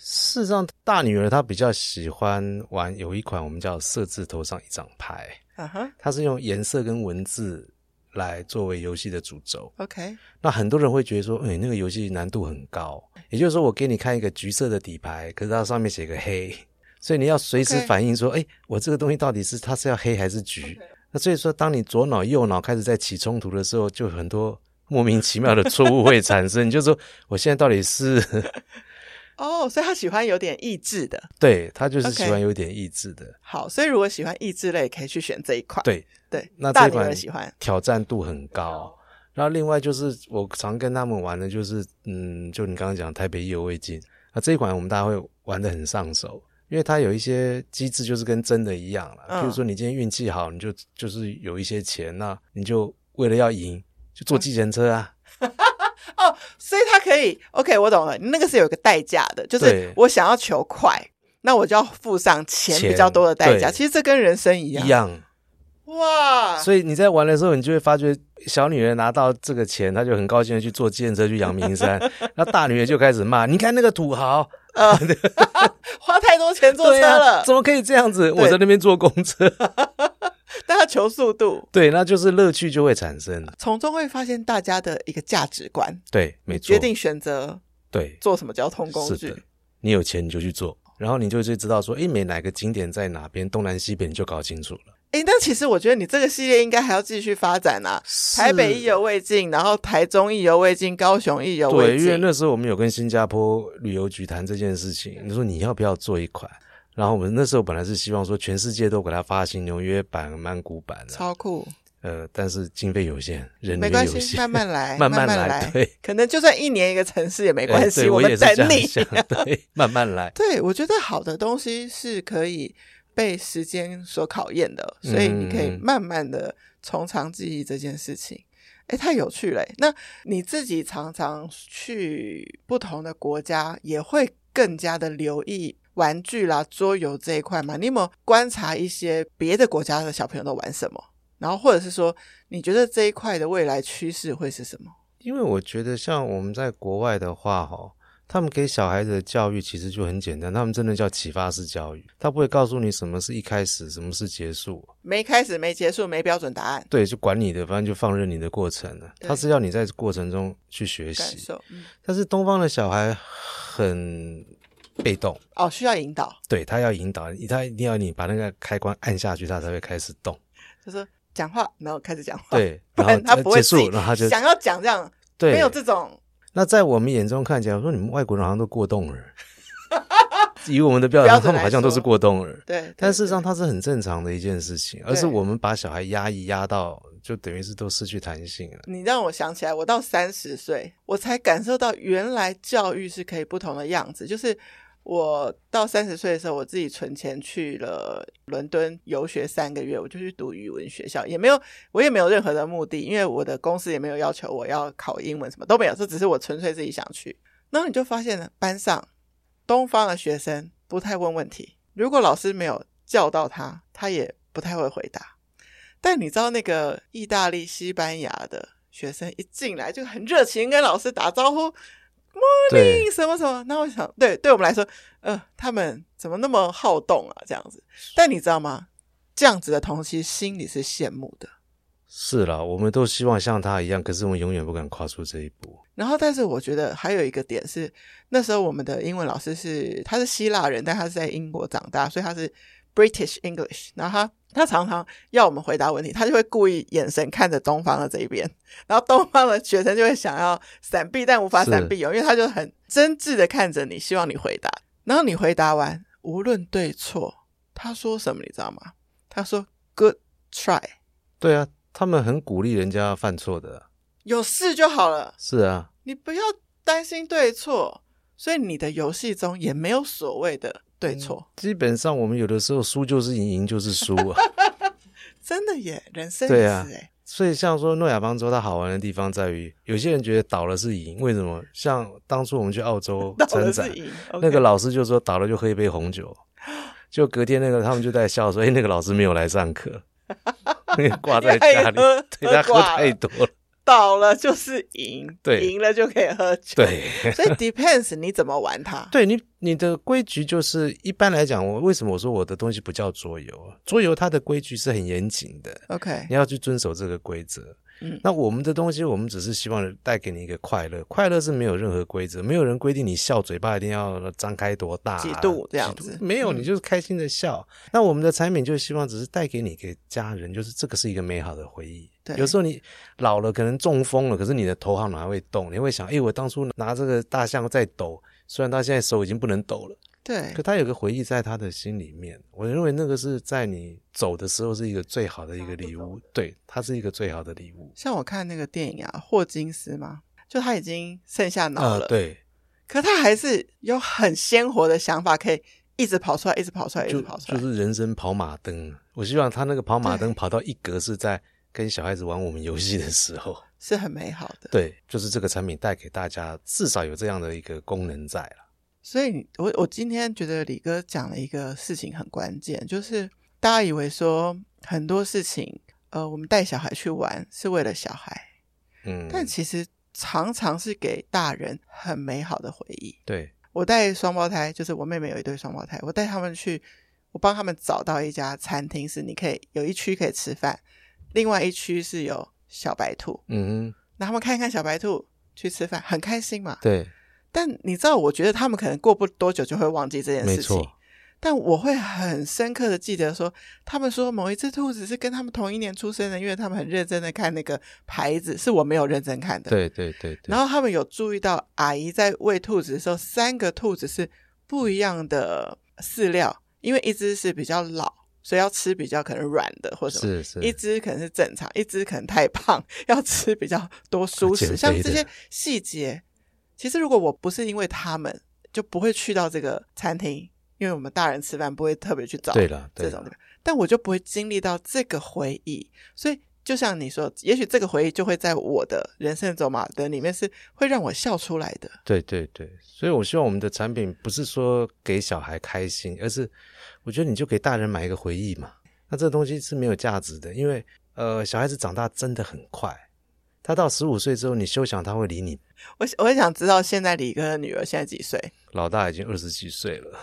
Speaker 1: 事实上大女儿她比较喜欢玩有一款我们叫设置头上一张牌，
Speaker 2: 嗯哼
Speaker 1: 它是用颜色跟文字来作为游戏的主轴。
Speaker 2: ，OK，
Speaker 1: 那很多人会觉得说，哎、那个游戏难度很高。也就是说，我给你看一个橘色的底牌，可是它上面写个黑， 所以你要随时
Speaker 2: OK
Speaker 1: 反应说，哎、我这个东西到底是它是要黑还是橘那所以说，当你左脑右脑开始在起冲突的时候，就很多莫名其妙的错误会产 生。你就说，我现在到底是
Speaker 2: 哦、所以他喜欢有点益智的。
Speaker 1: 对他就是喜
Speaker 2: OK
Speaker 1: 欢有点益智的
Speaker 2: 好，所以如果喜欢益智类，可以去选这一款。
Speaker 1: 对。
Speaker 2: 对，
Speaker 1: 那
Speaker 2: 大
Speaker 1: 这
Speaker 2: 女儿
Speaker 1: 款
Speaker 2: 喜欢。
Speaker 1: 挑战度很高。然后另外就是我常跟他们玩的，就是嗯，就你刚刚讲台北意犹未尽啊这一款，我们大家会玩的很上手，因为它有一些机制就是跟真的一样了。
Speaker 2: 嗯
Speaker 1: 比如说你今天运气好，你就就是有一些钱，那你就为了要赢，就坐计程车啊。
Speaker 2: 哦，所以他可以，OK，我懂了，那个是有一个代价的，就是
Speaker 1: 对
Speaker 2: 我想要求快，那我就要付上钱
Speaker 1: 钱
Speaker 2: 比较多的代价。
Speaker 1: 对
Speaker 2: 其实这跟人生一样，
Speaker 1: 一样，
Speaker 2: 哇，
Speaker 1: 所以你在玩的时候，你就会发觉小女人拿到这 个钱，她就很高兴的去坐计程车去阳明山，那大女人就开始骂：“你看那个土豪
Speaker 2: 呃，花太多钱坐车
Speaker 1: 对啊
Speaker 2: 了，
Speaker 1: 怎么可以这样子？
Speaker 2: 对
Speaker 1: 我在那边坐公车，
Speaker 2: 但他求速度，
Speaker 1: 对，那就是乐趣就会产生。
Speaker 2: 从中会发现大家的一个价值观，
Speaker 1: 对，没错
Speaker 2: 决，定选择
Speaker 1: 对，
Speaker 2: 坐什么交通工
Speaker 1: 是的
Speaker 2: 具。
Speaker 1: 你有钱你就去做，然后你就会知道说，诶，每哪个景点在哪边，东南西北你就搞清楚了。
Speaker 2: 诶，但其实我觉得你这个系列应该还要继续发展啊。台北意
Speaker 1: 是
Speaker 2: 犹未尽，然后台中意犹未尽，高雄意犹
Speaker 1: 对，
Speaker 2: 未
Speaker 1: 因为
Speaker 2: 尽。
Speaker 1: 那时候我们有跟新加坡旅游局谈这件事情，你说你要不要做一款？然后我们那时候本来是希望说全世界都给它发行纽约版、曼谷版的、
Speaker 2: 超酷，
Speaker 1: 呃，但是经费有限，人
Speaker 2: 没
Speaker 1: 力
Speaker 2: 关
Speaker 1: 有
Speaker 2: 系，
Speaker 1: 限，
Speaker 2: 慢慢来，
Speaker 1: 慢慢
Speaker 2: 慢
Speaker 1: 来
Speaker 2: 来。
Speaker 1: 对，
Speaker 2: 可能就算一年一个城市也没
Speaker 1: 没
Speaker 2: 关系，
Speaker 1: 哎我
Speaker 2: 们
Speaker 1: 也是
Speaker 2: 等
Speaker 1: 这样
Speaker 2: 你。
Speaker 1: 想对，慢慢来。
Speaker 2: 对，我觉得好的东西是可以被时间所考验的，所以你可以
Speaker 1: 嗯
Speaker 2: 慢慢的从长计议这件事情。哎，太有趣了诶！那你自己常常去不同的国家，也会更加的留意玩具啦、桌游这一块嘛？你有没有观察一些别的国家的小朋友都玩什么？然后或者是说，你觉得这一块的未来趋势会是什么？
Speaker 1: 因为我觉得像我们在国外的话，哈，他们给小孩子的教育其实就很简单，他们真的叫启发式教育，他不会告诉你什么是一开始，什么是结束，
Speaker 2: 没开始，没结束，没标准答案，
Speaker 1: 对，就管你的，反正就放任你的过程了。
Speaker 2: 对
Speaker 1: 他是要你在过程中去学
Speaker 2: 感
Speaker 1: 习，
Speaker 2: 受、嗯、
Speaker 1: 但是东方的小孩很被动，
Speaker 2: 哦，需要引导。
Speaker 1: 对他要引导你，他一定要你把那个开关按下去，他才会开始 动。
Speaker 2: 就说讲话，然后开始讲话，，
Speaker 1: 对，
Speaker 2: 不
Speaker 1: 然后
Speaker 2: 然他不
Speaker 1: 呃
Speaker 2: 会
Speaker 1: 结
Speaker 2: 自己
Speaker 1: 束，然后他就
Speaker 2: 想要讲这样，
Speaker 1: 对
Speaker 2: 没有这种
Speaker 1: 那在我们眼中看起来，我说你们外国人好像都过 动儿，以我们的标
Speaker 2: 标
Speaker 1: 准，
Speaker 2: 准
Speaker 1: 他们
Speaker 2: 来
Speaker 1: 好像都是
Speaker 2: 说
Speaker 1: 过动儿。
Speaker 2: 对，
Speaker 1: 但事实上，
Speaker 2: 对
Speaker 1: 它是很正常的一件事情，而是我们把小孩压抑压到，就等于是都失去弹性了。
Speaker 2: 对你让我想起来，我到三十岁，我才感受到原来教育是可以不同的样子，就是。我到三十岁的时候，我自己存钱去了伦敦游学三个月，我就去读语文学校，也没有，我也没有任何的目的，因为我的公司也没有要求我要考英文，什么都没有，这只是我纯粹自己想去。然后你就发现了，班上东方的学生不太问问题，如果老师没有叫到他，他也不太会回答。但你知道那个意大利、西班牙的学生一进来就很热情，跟老师打招呼
Speaker 1: 对，
Speaker 2: ，morning 什么什么。那我想，对，对我们来说，呃，他们怎么那么好动啊？这样子。但你知道吗？这样子的同期心里是羡慕的。
Speaker 1: 是啦，我们都希望像他一样，可是我们永远不敢跨出这一步。
Speaker 2: 然后，但是我觉得还有一个点是，那时候我们的英文老师是他是希腊人，但他是在英国长大，所以他是 British English。然后他他常常要我们回答问题，他就会故意眼神看着东方的这一边，然后东方的学生就会想要闪避，但无法闪避哦，因为他就很真挚的看着你，希望你回答。然后你回答完，无论对错，他说什么你知道吗？他说 Good try，
Speaker 1: 对啊，他们很鼓励人家犯错的。
Speaker 2: 有事就好了。
Speaker 1: 是啊，
Speaker 2: 你不要担心对错，所以你的游戏中也没有所谓的对错，
Speaker 1: 基本上我们有的时候输就是赢，赢就是输啊。
Speaker 2: 真的耶，人生
Speaker 1: 对
Speaker 2: 也
Speaker 1: 啊
Speaker 2: 是哎、
Speaker 1: 所以，像说诺亚方舟，它好玩的地方在于，有些人觉得倒了是赢，为什么？像当初我们去澳 洲
Speaker 2: 到
Speaker 1: 参
Speaker 2: 了
Speaker 1: 展
Speaker 2: 是，赢。
Speaker 1: 那个
Speaker 2: OK
Speaker 1: 老师就说倒了就喝一杯红酒，就隔天那个他们就在笑说，哎，那个老师没有来上课， 那个挂 在家里，
Speaker 2: 哎喝
Speaker 1: 对他喝
Speaker 2: 挂
Speaker 1: 太
Speaker 2: 了
Speaker 1: 多了，
Speaker 2: 倒了就是赢，
Speaker 1: 对
Speaker 2: 赢了就可以喝酒，
Speaker 1: 对。
Speaker 2: 所以 depends 你怎么玩它，
Speaker 1: 对你，你的规矩就是一般来讲，我为什么我说我的东西不叫桌游？啊桌游它的规矩是很严谨的，
Speaker 2: ，OK，
Speaker 1: 你要去遵守这个规则。
Speaker 2: 嗯
Speaker 1: 那我们的东西，我们只是希望带给你一个快乐，快乐是没有任何规则，没有人规定你笑嘴巴一定要张开多大、啊
Speaker 2: 几度这样子嗯
Speaker 1: 几度没有，你就是开心的笑。那我们的产品就希望只是带给你给家人，就是这个是一个美好的回忆。
Speaker 2: 对
Speaker 1: 有时候你老了，可能中风了，可是你的头好像还会动，你会想，哎，我当初拿这个大象在抖，虽然他现在手已经不能抖了。
Speaker 2: 对
Speaker 1: 可，他有个回忆在他的心里面，我认为那个是在你走的时候是一个最好的一个礼物，对，它是一个最好的礼物。
Speaker 2: 像我看那个电影啊，霍金斯嘛，就他已经剩下脑了，
Speaker 1: 呃，对，
Speaker 2: 可他还是有很鲜活的想法，可以一直跑出来，一直跑出来，一
Speaker 1: 就
Speaker 2: 直跑出
Speaker 1: 就
Speaker 2: 来，
Speaker 1: 是人生跑马灯。我希望他那个跑马灯
Speaker 2: 对
Speaker 1: 跑到一格是在跟小孩子玩我们游戏的时 候，
Speaker 2: 是很美好的。
Speaker 1: 对，就是这个产品带给大家至少有这样的一个功能在了。
Speaker 2: 所以你，我我今天觉得李哥讲了一个事情很关键，就是大家以为说很多事情，呃，我们带小孩去玩是为了小孩，
Speaker 1: 嗯，
Speaker 2: 但其实常常是给大人很美好的回忆。
Speaker 1: 对，
Speaker 2: 我带双胞胎，就是我妹妹有一对双胞胎，我带他们去，我帮他们找到一家餐厅，是你可以有一区可以吃饭，另外一区是有小白兔，
Speaker 1: 嗯哼，
Speaker 2: 那他们看一看小白兔去吃饭，很开心嘛。
Speaker 1: 对，
Speaker 2: 但你知道，我觉得他们可能过不多久就会忘记这件
Speaker 1: 没
Speaker 2: 事情
Speaker 1: 错。，
Speaker 2: 但我会很深刻的记得说，他们说某一只兔子是跟他们同一年出生的，因为他们很认真的看那个牌子，是我没有认真看的。
Speaker 1: 对对对对
Speaker 2: 然，后他们有注意到阿姨在喂兔子的时候，三个兔子是不一样的饲料，因为一只是比较老，所以要吃比较可能软的或什
Speaker 1: 是
Speaker 2: 么。
Speaker 1: 是，
Speaker 2: 一只可能是正常，一只可能太胖，要吃比较多蔬
Speaker 1: 减
Speaker 2: 食，
Speaker 1: 肥
Speaker 2: 像
Speaker 1: 的
Speaker 2: 这些细节。其实如果我不是因为他们，就不会去到这个餐厅，因为我们大人吃饭不会特别去找
Speaker 1: 对了，
Speaker 2: 这
Speaker 1: 对
Speaker 2: 种
Speaker 1: 了
Speaker 2: 地，方，但我就不会经历到这个回忆，所以就像你说，也许这个回忆就会在我的人生走马灯里面是会让我笑出来的。
Speaker 1: 对对对，所以我希望我们的产品不是说给小孩开心，而是我觉得你就给大人买一个回忆嘛。那这个东西是没有价值的，因为呃，小孩子长大真的很快，他到十五岁之后，你休想他会理你。
Speaker 2: 我我很想知道现在李哥的女儿现在几岁，
Speaker 1: 老大已经二十几岁了，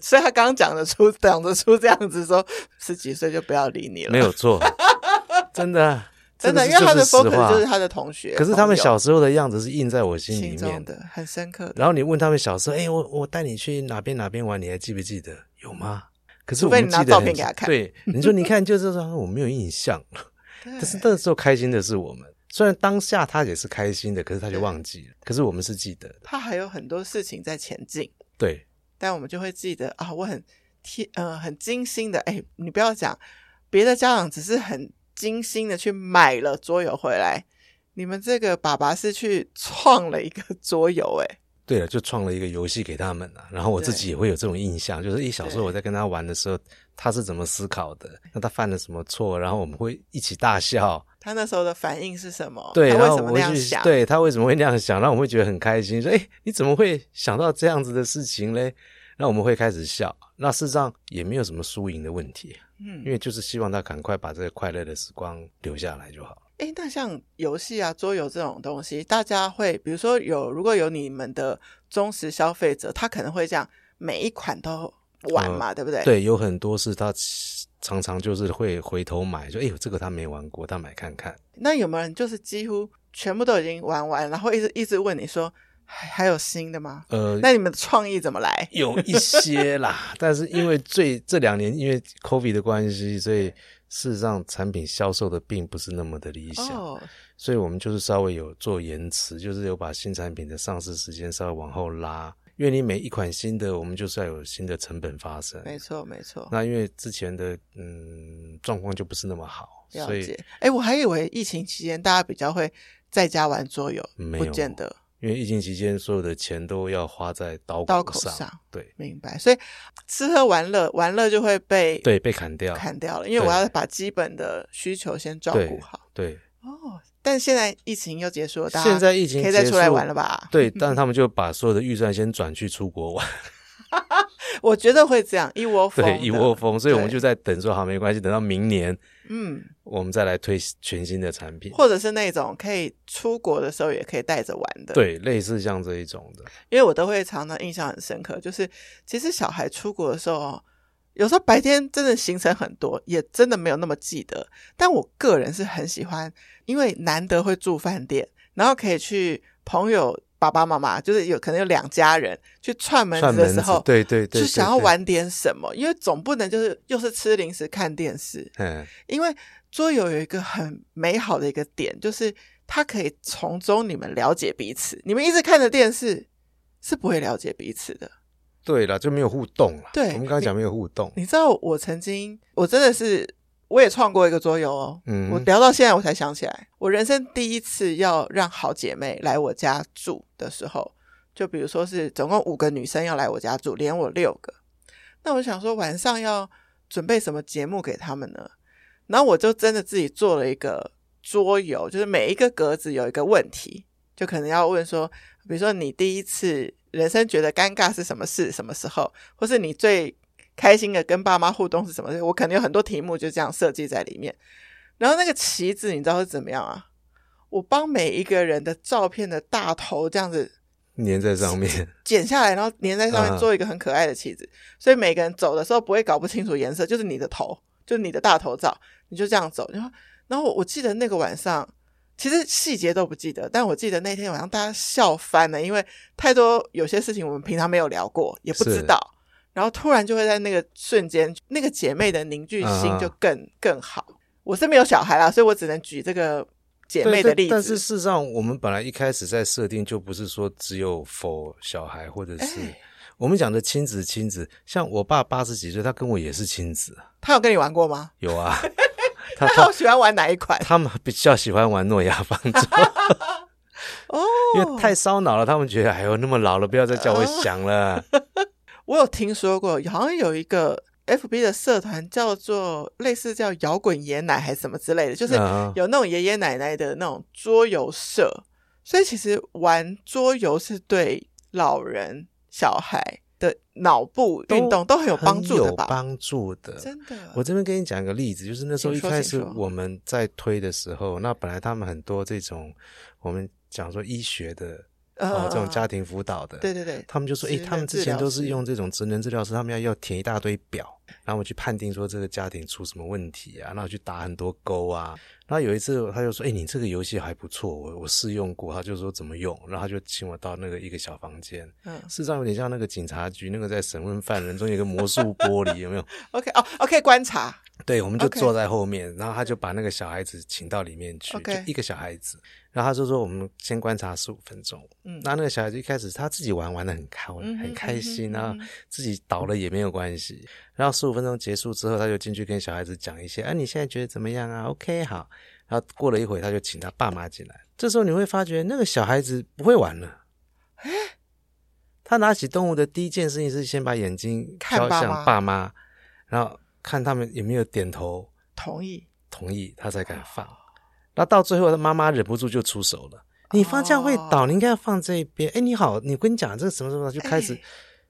Speaker 2: 所以他刚讲得出讲得出这样子说，十几岁就不要理你了，
Speaker 1: 没有 错，真的啊
Speaker 2: 真的，
Speaker 1: 这
Speaker 2: 因
Speaker 1: 个是
Speaker 2: 为他的
Speaker 1: 就是实
Speaker 2: focus
Speaker 1: 话
Speaker 2: 就是他的同学，
Speaker 1: 可是他们
Speaker 2: 朋友
Speaker 1: 小时候的样子是印在我心里
Speaker 2: 心中
Speaker 1: 面
Speaker 2: 的很深刻的，
Speaker 1: 然后你问他们小时候，哎、我我带你去哪边哪边玩，你还记不记得？有吗？可是
Speaker 2: 除
Speaker 1: 我
Speaker 2: 非
Speaker 1: 们
Speaker 2: 你
Speaker 1: 记
Speaker 2: 拿
Speaker 1: 得
Speaker 2: 照
Speaker 1: 很
Speaker 2: 片给他看
Speaker 1: 对，你说你看，就是说 我没有印象。
Speaker 2: 对
Speaker 1: 但是那时候开心的是我们，虽然当下他也是开心的，可是他就
Speaker 2: 对
Speaker 1: 忘记了。可是我们是记得的，
Speaker 2: 他还有很多事情在前进。
Speaker 1: 对，
Speaker 2: 但我们就会记得啊，我很贴呃很精心的，哎，你不要讲别的家长只是很精心的去买了桌游回来，你们这个爸爸是去创了一个 桌游，哎，
Speaker 1: 对了，就创了一个游戏给他们了。然后我自己也会有这种印象，就是一小时候
Speaker 2: 对
Speaker 1: 我在跟他玩的时候，他是怎么思考的，那他犯了什么错，然后我们会一起大笑。
Speaker 2: 他那时候的反应是什么？
Speaker 1: 对，
Speaker 2: 他
Speaker 1: 然
Speaker 2: 为
Speaker 1: 后
Speaker 2: 什
Speaker 1: 我
Speaker 2: 么
Speaker 1: 会
Speaker 2: 那样
Speaker 1: 去
Speaker 2: 想？
Speaker 1: 对他为什么会那样想，然后我们会觉得很开心，说：“哎，你怎么会想到这样子的事情嘞？”那我们会开始笑。那事实上也没有什么输赢的问题，因
Speaker 2: 嗯，
Speaker 1: 为就是希望他赶快把这个快乐的时光留下来就好了。
Speaker 2: 哎，那像游戏啊、桌游这种东西，大家会比如说有如果有你们的忠实消费者，他可能会这样每一款都玩嘛，对不对？
Speaker 1: 呃对，有很多是他常常就是会回头买，说：“哎呦，这个他没玩过，他买看看。
Speaker 2: 那有没有人就是几乎全部都已经玩完，然后一直一直问你说还还有新的吗”？
Speaker 1: 呃，
Speaker 2: 那你们的创意怎么来？
Speaker 1: 有一些啦，但是因为最这两年因为 COVID 的关系，所以事实上产品销售的并不是那么的理想。
Speaker 2: 哦，
Speaker 1: 所以我们就是稍微有做延迟，就是有把新产品的上市时间稍微往后拉，因为你每一款新的，我们就是要有新的成本发生。
Speaker 2: 没错没错，
Speaker 1: 那因为之前的嗯状况就不是那么好，
Speaker 2: 了
Speaker 1: 所以
Speaker 2: 解。哎，我还以为疫情期间大家比较会在家玩桌游，
Speaker 1: 没
Speaker 2: 不
Speaker 1: 有哦
Speaker 2: 见得
Speaker 1: 因为疫情期间所有的钱都要花在刀
Speaker 2: 刀
Speaker 1: 口
Speaker 2: 口
Speaker 1: 上，
Speaker 2: 上，
Speaker 1: 对
Speaker 2: 明白。所以吃喝玩乐，玩乐就会被
Speaker 1: 对，被砍掉，
Speaker 2: 砍掉了，因为
Speaker 1: 对
Speaker 2: 我要把基本的需求先照顾好。
Speaker 1: 对。
Speaker 2: 哦，但现在疫情又结束了，大家
Speaker 1: 现在疫情
Speaker 2: 可以再
Speaker 1: 结
Speaker 2: 出来
Speaker 1: 束
Speaker 2: 玩了吧？
Speaker 1: 对，但他们就把所有的预算先转去出国玩，
Speaker 2: 我觉得会这样一窝蜂的，
Speaker 1: 对，一窝蜂，所以我们
Speaker 2: 对
Speaker 1: 就在等说好，没关系，等到明年
Speaker 2: 嗯。
Speaker 1: 我们再来推全新的产品，
Speaker 2: 或者是那种可以出国的时候也可以带着玩的。，
Speaker 1: 对，类似像这一种的，
Speaker 2: 因为我都会常常印象很深刻，就是其实小孩出国的时候哦，有时候白天真的行程很多，也真的没有那么记得。但我个人是很喜欢，因为难得会住饭店，然后可以去朋友爸爸妈妈，就是有可能有两家人去串门
Speaker 1: 串
Speaker 2: 子的
Speaker 1: 门
Speaker 2: 时候。
Speaker 1: 对对对，对
Speaker 2: 就想要，玩点什么，因为总不能就是又是吃零食看电视，
Speaker 1: 对嗯，
Speaker 2: 因为桌游有一个很美好的一个点，就是它可以从中你们了解彼此。你们一直看着电视是不会了解彼此的。
Speaker 1: 对了，就没有互动了。
Speaker 2: 对
Speaker 1: 我们刚刚讲没有互动，
Speaker 2: 你知道我曾经，我真的是我也创过一个桌游哦。
Speaker 1: 嗯
Speaker 2: 我聊到现在我才想起来，我人生第一次要让好姐妹来我家住的时候，就比如说是总共五个女生要来我家住，连我六个。那我想说晚上要准备什么节目给他们呢？然后我就真的自己做了一个桌游，就是每一个格子有一个问题，就可能要问说，比如说你第一次人生觉得尴尬是什么事，什么时候，或是你最开心的跟爸妈互动是什么事？我可能有很多题目就这样设计在里面。然后那个旗子你知道是怎么样啊？我帮每一个人的照片的大头这样子
Speaker 1: 粘在上面，
Speaker 2: 剪下来，然后粘在上
Speaker 1: 嗯
Speaker 2: 面做一个很可爱的旗子。所以每个人走的时候不会搞不清楚颜色，就是你的头，就是你的大头照，你就这样走。然后，然后我我记得那个晚上，其实细节都不记得，但我记得那天晚上大家笑翻了，因为太多有些事情我们平常没有聊过，也不知
Speaker 1: 是
Speaker 2: 道。然后突然就会在那个瞬间，那个姐妹的凝聚
Speaker 1: 嗯
Speaker 2: 心
Speaker 1: 嗯
Speaker 2: 就更、更好。我是没有小孩啦，所以我只能举这个姐妹的
Speaker 1: 对
Speaker 2: 例
Speaker 1: 但
Speaker 2: 子。
Speaker 1: 但是事实上，我们本来一开始在设定就不是说只有 for 小孩，或者是
Speaker 2: 哎
Speaker 1: 我们讲的亲子亲子，像我爸八十几岁，他跟我也是亲子，
Speaker 2: 他有跟你玩 过吗？
Speaker 1: 有 啊，他
Speaker 2: 他
Speaker 1: 他
Speaker 2: 有喜欢玩哪一款？
Speaker 1: 他们比较喜欢玩诺亚方 舟，
Speaker 2: 哦，
Speaker 1: 因为太烧脑了，他们觉得哎呦那么老了，不要再叫我想了，
Speaker 2: 我有听说过，好像有一个 FB 的社团叫做类似叫摇滚爷奶还是什么之类的， 就是
Speaker 1: 嗯
Speaker 2: 有那种爷爷奶奶的那种桌游社。所以其实玩桌游是对老人、小孩的脑部运动都很有帮助
Speaker 1: 很
Speaker 2: 的
Speaker 1: 有
Speaker 2: 吧？
Speaker 1: 帮助的，
Speaker 2: 真的，
Speaker 1: 我这边跟你讲一个例子，就是那时候一
Speaker 2: 请说
Speaker 1: 开
Speaker 2: 请
Speaker 1: 始
Speaker 2: 说
Speaker 1: 我们在推的时候，那本来他们很多这种我们讲说医学的
Speaker 2: 呃
Speaker 1: 哦，这种家庭辅导的，
Speaker 2: 对对对，
Speaker 1: 他们就说，诶，
Speaker 2: 职能
Speaker 1: 他们之前都是
Speaker 2: 治疗师
Speaker 1: 用这种职能治疗师，他们要要填一大堆表，然后我去判定说这个家庭出什么问题啊，然后去打很多勾啊。然后有一次他就说，诶，你这个游戏还不错，我我试用过，他就说怎么用，然后他就请我到那个一个小房间，
Speaker 2: 嗯
Speaker 1: 事实上有点像那个警察局那个在审问犯人中有一个魔术玻璃，有没有？
Speaker 2: ，OK 哦，OK 观察，
Speaker 1: 对，我们就
Speaker 2: OK
Speaker 1: 坐在后面然后他就把那个小孩子请到里面去
Speaker 2: OK
Speaker 1: 就一个小孩子，然后他就说我们先观察十五分钟。
Speaker 2: 嗯
Speaker 1: 那那个小孩子一开始他自己玩玩的很开、
Speaker 2: 嗯哼
Speaker 1: 很开心
Speaker 2: 嗯
Speaker 1: 啊，
Speaker 2: 哼
Speaker 1: 然
Speaker 2: 嗯
Speaker 1: 后
Speaker 2: 哼
Speaker 1: 自己倒了也没有关系。然后十五分钟结束之后，他就进去跟小孩子讲一些，哎、你现在觉得怎么样啊？OK，好。然后过了一会，他就请他爸妈进来。这时候你会发觉那个小孩子不会玩了。他拿起动物的第一件事情是先把眼睛
Speaker 2: 看
Speaker 1: 飘
Speaker 2: 爸
Speaker 1: 向
Speaker 2: 妈
Speaker 1: 爸妈，然后看他们有没有点头
Speaker 2: 同意。
Speaker 1: 同意，他才敢
Speaker 2: 哦
Speaker 1: 放。那到最后，他妈妈忍不住就出手了。你方向
Speaker 2: 哦
Speaker 1: 会倒，你应该要放这一边。哎，你好，你我跟你讲，这个什么什么就开始
Speaker 2: 哎，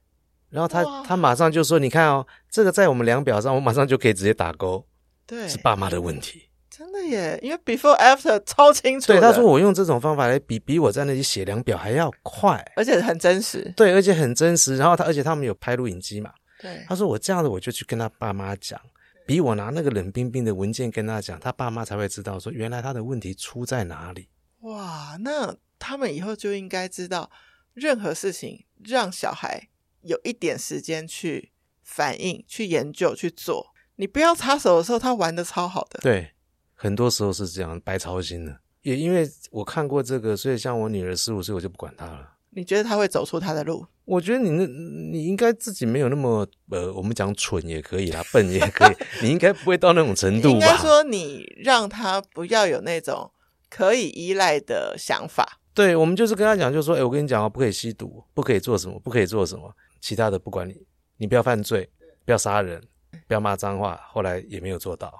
Speaker 1: 然后他
Speaker 2: 哇
Speaker 1: 他马上就说：“你看哦，这个在我们量表上，我马上就可以直接打勾，
Speaker 2: 对，
Speaker 1: 是爸妈的问题。
Speaker 2: 真的耶，因为 before after 超清”楚
Speaker 1: 对，
Speaker 2: 的，
Speaker 1: 他说我用这种方法来比比我在那里写量表还要快。
Speaker 2: 而且很真实。
Speaker 1: 对，而且很真实。然后他，而且他们有拍录影机嘛，
Speaker 2: 对
Speaker 1: 他说我这样子，我就去跟他爸妈讲，比我拿那个冷冰冰的文件跟他讲，他爸妈才会知道说原来他的问题出在哪里。
Speaker 2: 哇，那他们以后就应该知道，任何事情让小孩有一点时间去反应、去研究、去做。你不要插手的时候，他玩的超好的。
Speaker 1: 对，很多时候是这样，白操心了。也因为我看过这个，所以像我女儿十五岁，我就不管她了。
Speaker 2: 你觉得他会走出他的路？
Speaker 1: 我觉得你那，你应该自己没有那么呃，我们讲蠢也可以啦，笨也可以， 你应该不会到那种程度
Speaker 2: 应该
Speaker 1: 吧？
Speaker 2: 说，你让他不要有那种可以依赖的想法。
Speaker 1: 对，我们就是跟她讲，就说，哎，我跟你讲啊，不可以吸毒，不可以做什么，不可以做什么，其他的不管你，你不要犯罪，不要杀人，不要骂脏话。后来也没有做到。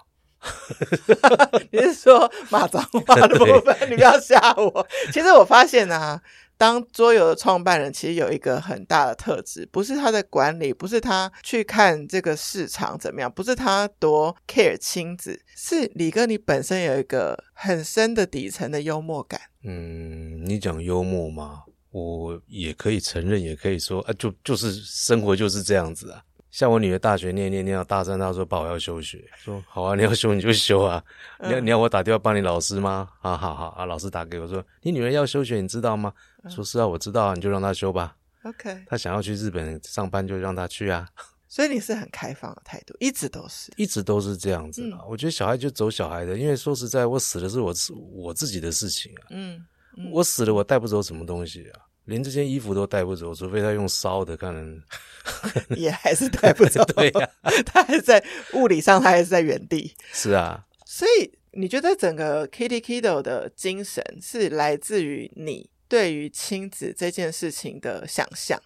Speaker 2: 你是说骂脏话的部分？你不要吓我。 其实我发现啊，当桌游的创办人，其实有一个很大的特质，不是他的管理，不是他去看这个市场怎么样，不是他多 care 亲子，是李哥你本身有一个很深的底层的幽默感。
Speaker 1: 嗯，你讲幽默吗？我也可以承认，也可以说啊，就就是生活就是这样子啊。像我女儿大学念念念到大三，她说爸我要休学，说好啊，你要休你就休啊，你要
Speaker 2: 嗯
Speaker 1: 你要我打电话帮你老师吗？啊，好好啊，老师打给我说你女儿要休学，你知道吗？说是啊，我知道啊，你就让她休吧。
Speaker 2: OK，
Speaker 1: 她想要去日本上班就让她去啊，
Speaker 2: 所以你是很开放的态度，一直都是。
Speaker 1: 一直都是这样子啊。
Speaker 2: 嗯
Speaker 1: 我觉得小孩就走小孩的，因为说实在，我死的是我自我自己的事情啊。
Speaker 2: 嗯，嗯
Speaker 1: 我死了，我带不走什么东西啊，连这件衣服都带不走，除非他用烧的，可能。。
Speaker 2: 也还是 带不走
Speaker 1: 对啊呀、
Speaker 2: 他还在物理上，他还是在原地。
Speaker 1: 是啊，
Speaker 2: 所以你觉得整个 Kitty Kiddo 的精神是来自于你对于亲子这件事情的想象，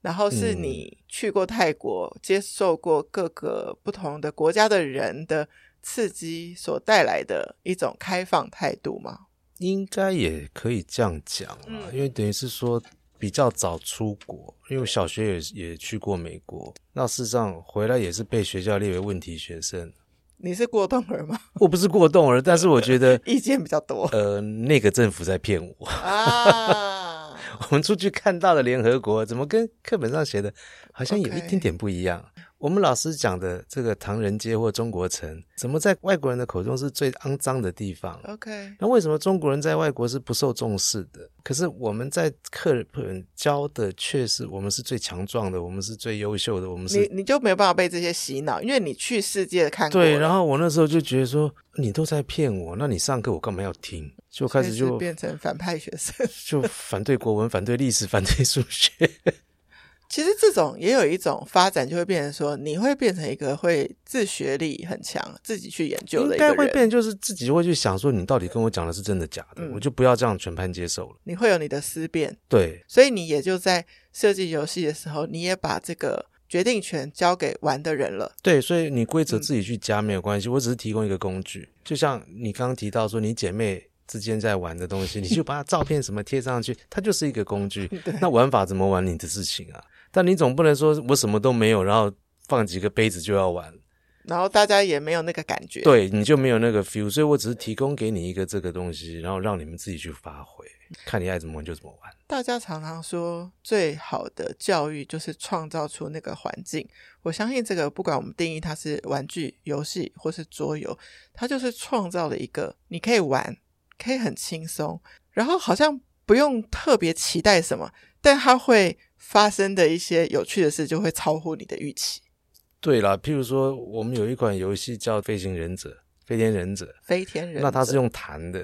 Speaker 2: 然后是
Speaker 1: 嗯
Speaker 2: 你去过泰国，接受过各个不同的国家的人的刺激所带来的一种开放态度吗？
Speaker 1: 应该也可以这样讲啊，
Speaker 2: 嗯
Speaker 1: 因为等于是说比较早出国，因为我小学也也去过美国，那事实上回来也是被学校列为问题学生。
Speaker 2: 你是过动儿吗？ ，
Speaker 1: 我不是过动儿，但是我觉得
Speaker 2: 意见比较多
Speaker 1: 呃，那个政府在骗我。
Speaker 2: 啊。
Speaker 1: 我们出去看到的联合国，怎么跟课本上写的好像有
Speaker 2: OK
Speaker 1: 一点点不一样我们老师讲的这个唐人街或中国城，怎么在外国人的口中是最肮脏的地方？
Speaker 2: OK，
Speaker 1: 那为什么中国人在外国是不受重视的？可是我们在课本教的却是我们是最强壮的，我们是最优秀的，我们
Speaker 2: 你
Speaker 1: 是
Speaker 2: 你就没有办法被这些洗脑，因为你去世界看过了，
Speaker 1: 对。然后我那时候就觉得说，你都在骗我，那你上课我干嘛要听？就开始
Speaker 2: 所以是
Speaker 1: 就
Speaker 2: 变成反派学生。
Speaker 1: 就反对国文、反对历史、 反对数学。
Speaker 2: 其实这种也有一种发展，就会变成说，你会变成一个会自学力很强、自己去研究的
Speaker 1: 应
Speaker 2: 一个
Speaker 1: 该
Speaker 2: 人，
Speaker 1: 会变，就是自己会去想说，你到底跟我讲的是真的假的，
Speaker 2: 嗯
Speaker 1: 我就不要这样全盘接受了。
Speaker 2: 你会有你的思辨，
Speaker 1: 对，
Speaker 2: 所以你也就在设计游戏的时候，你也把这个决定权交给玩的人了。
Speaker 1: 对，所以你规则
Speaker 2: 嗯
Speaker 1: 自己去加没有关系，我只是提供一个工具。就像你刚刚提到说，你姐妹之间在玩的东西，你就把它照片什么贴上去，它就是一个工 具。那玩法怎么玩你的事情啊？但你总不能说我什么都没有，然后放几个杯子就要玩，
Speaker 2: 然后大家也没有那个感觉，，
Speaker 1: 对，你就没有那个 feel。所以我只是提供给你一个这个东西，然后让你们自己去发挥，看你爱怎么玩就怎么玩。
Speaker 2: 大家常常说，最好的教育就是创造出那个环境。我相信这个，不管我们定义它是玩具、游戏或是桌游，它就是创造了一个你可以玩，可以很轻松，然后好像不用特别期待什么，但它会发生的一些有趣的事就会超乎你的预期。
Speaker 1: 对啦，譬如说，我们有一款游戏叫《飞行忍者》。飞天忍者，
Speaker 2: 飞天人，
Speaker 1: 那它是，用弹的，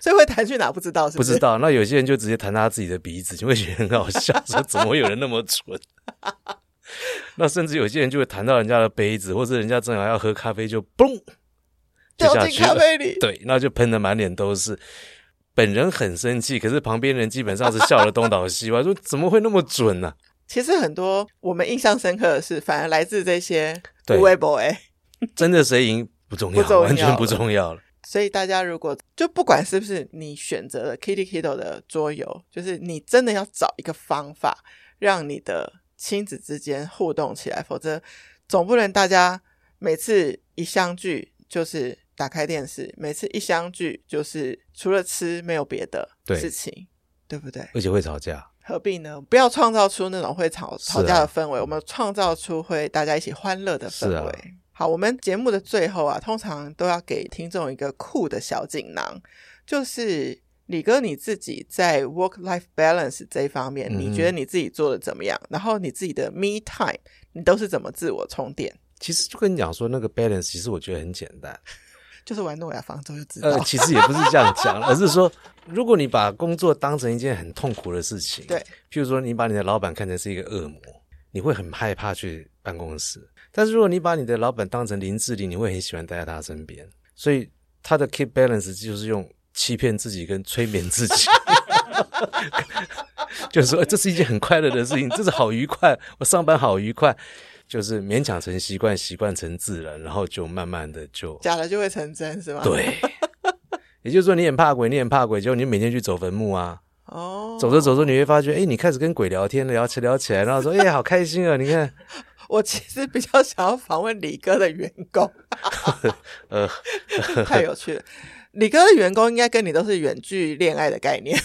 Speaker 2: 所以会弹去哪不知道，是
Speaker 1: 不
Speaker 2: 是？
Speaker 1: 知道。那有些人就直接弹他自己的鼻子，就会觉得很好笑，说怎么会有人那么蠢？ 那甚至有些人就会弹到人家的杯子，或者人家正好要喝咖啡就嘣就
Speaker 2: 掉
Speaker 1: 下
Speaker 2: 进
Speaker 1: 去
Speaker 2: 咖
Speaker 1: 了，
Speaker 2: 啡里，
Speaker 1: 对，那就喷的满脸都是。本人很生气，可是旁边人基本上是笑得东倒西歪，说怎么会那么准呢、
Speaker 2: 其实很多我们印象深刻的事，反而来自这些
Speaker 1: 对
Speaker 2: w e b o y
Speaker 1: 真的谁赢不重要，
Speaker 2: 不重要
Speaker 1: 完全不
Speaker 2: 了
Speaker 1: 重要了。
Speaker 2: 所以大家如果就不管是不是你选择了 Kitty Kitty 的桌游，就是你真的要找一个方法，让你的亲子之间互动起来，否则总不能大家每次一相聚就是打开电视，每次一相聚就是除了吃没有别的
Speaker 1: 对
Speaker 2: 事情，对不对？
Speaker 1: 而且会吵架，
Speaker 2: 何必呢？不要创造出那种会吵
Speaker 1: 是啊
Speaker 2: 吵架的氛围，我们创造出会大家一起欢乐的氛
Speaker 1: 是啊
Speaker 2: 围。好，我们节目的最后啊，通常都要给听众一个酷的小锦囊，就是李哥你自己在 work life balance 这一方面，
Speaker 1: 嗯
Speaker 2: 你觉得你自己做的怎么样？然后你自己的 me time，你都是怎么自我充电？
Speaker 1: 其实就跟你讲说，那个 balance 其实我觉得很简单。
Speaker 2: 就是玩诺亚方舟就知道，
Speaker 1: 呃，其实也不是这样讲，而是说，如果你把工作当成一件很痛苦的事情，
Speaker 2: 对，
Speaker 1: 譬如说你把你的老板看成是一个恶魔，你会很害怕去办公室；但是如果你把你的老板当成林志玲，你会很喜欢待在他身边。所以他的 keep balance 就是用欺骗自己跟催眠自己。 就是说，呃这是一件很快乐的事情，这是好愉快，我上班好愉快，就是勉强成习惯，习惯成自然，然后就慢慢的就
Speaker 2: 假的就会成真，是吗？，
Speaker 1: 对，也就是说你很怕鬼，你很怕鬼，结果你每天去走坟墓啊，
Speaker 2: 哦，
Speaker 1: 走着走着你会发觉，哎、你开始跟鬼聊天，聊起聊起来，然后 说，哎、好开心啊！你看，
Speaker 2: 我其实比较想要访问李哥的员工，
Speaker 1: 呃，
Speaker 2: 太有趣了。李哥的员工应该跟你都是远距恋爱的概 念，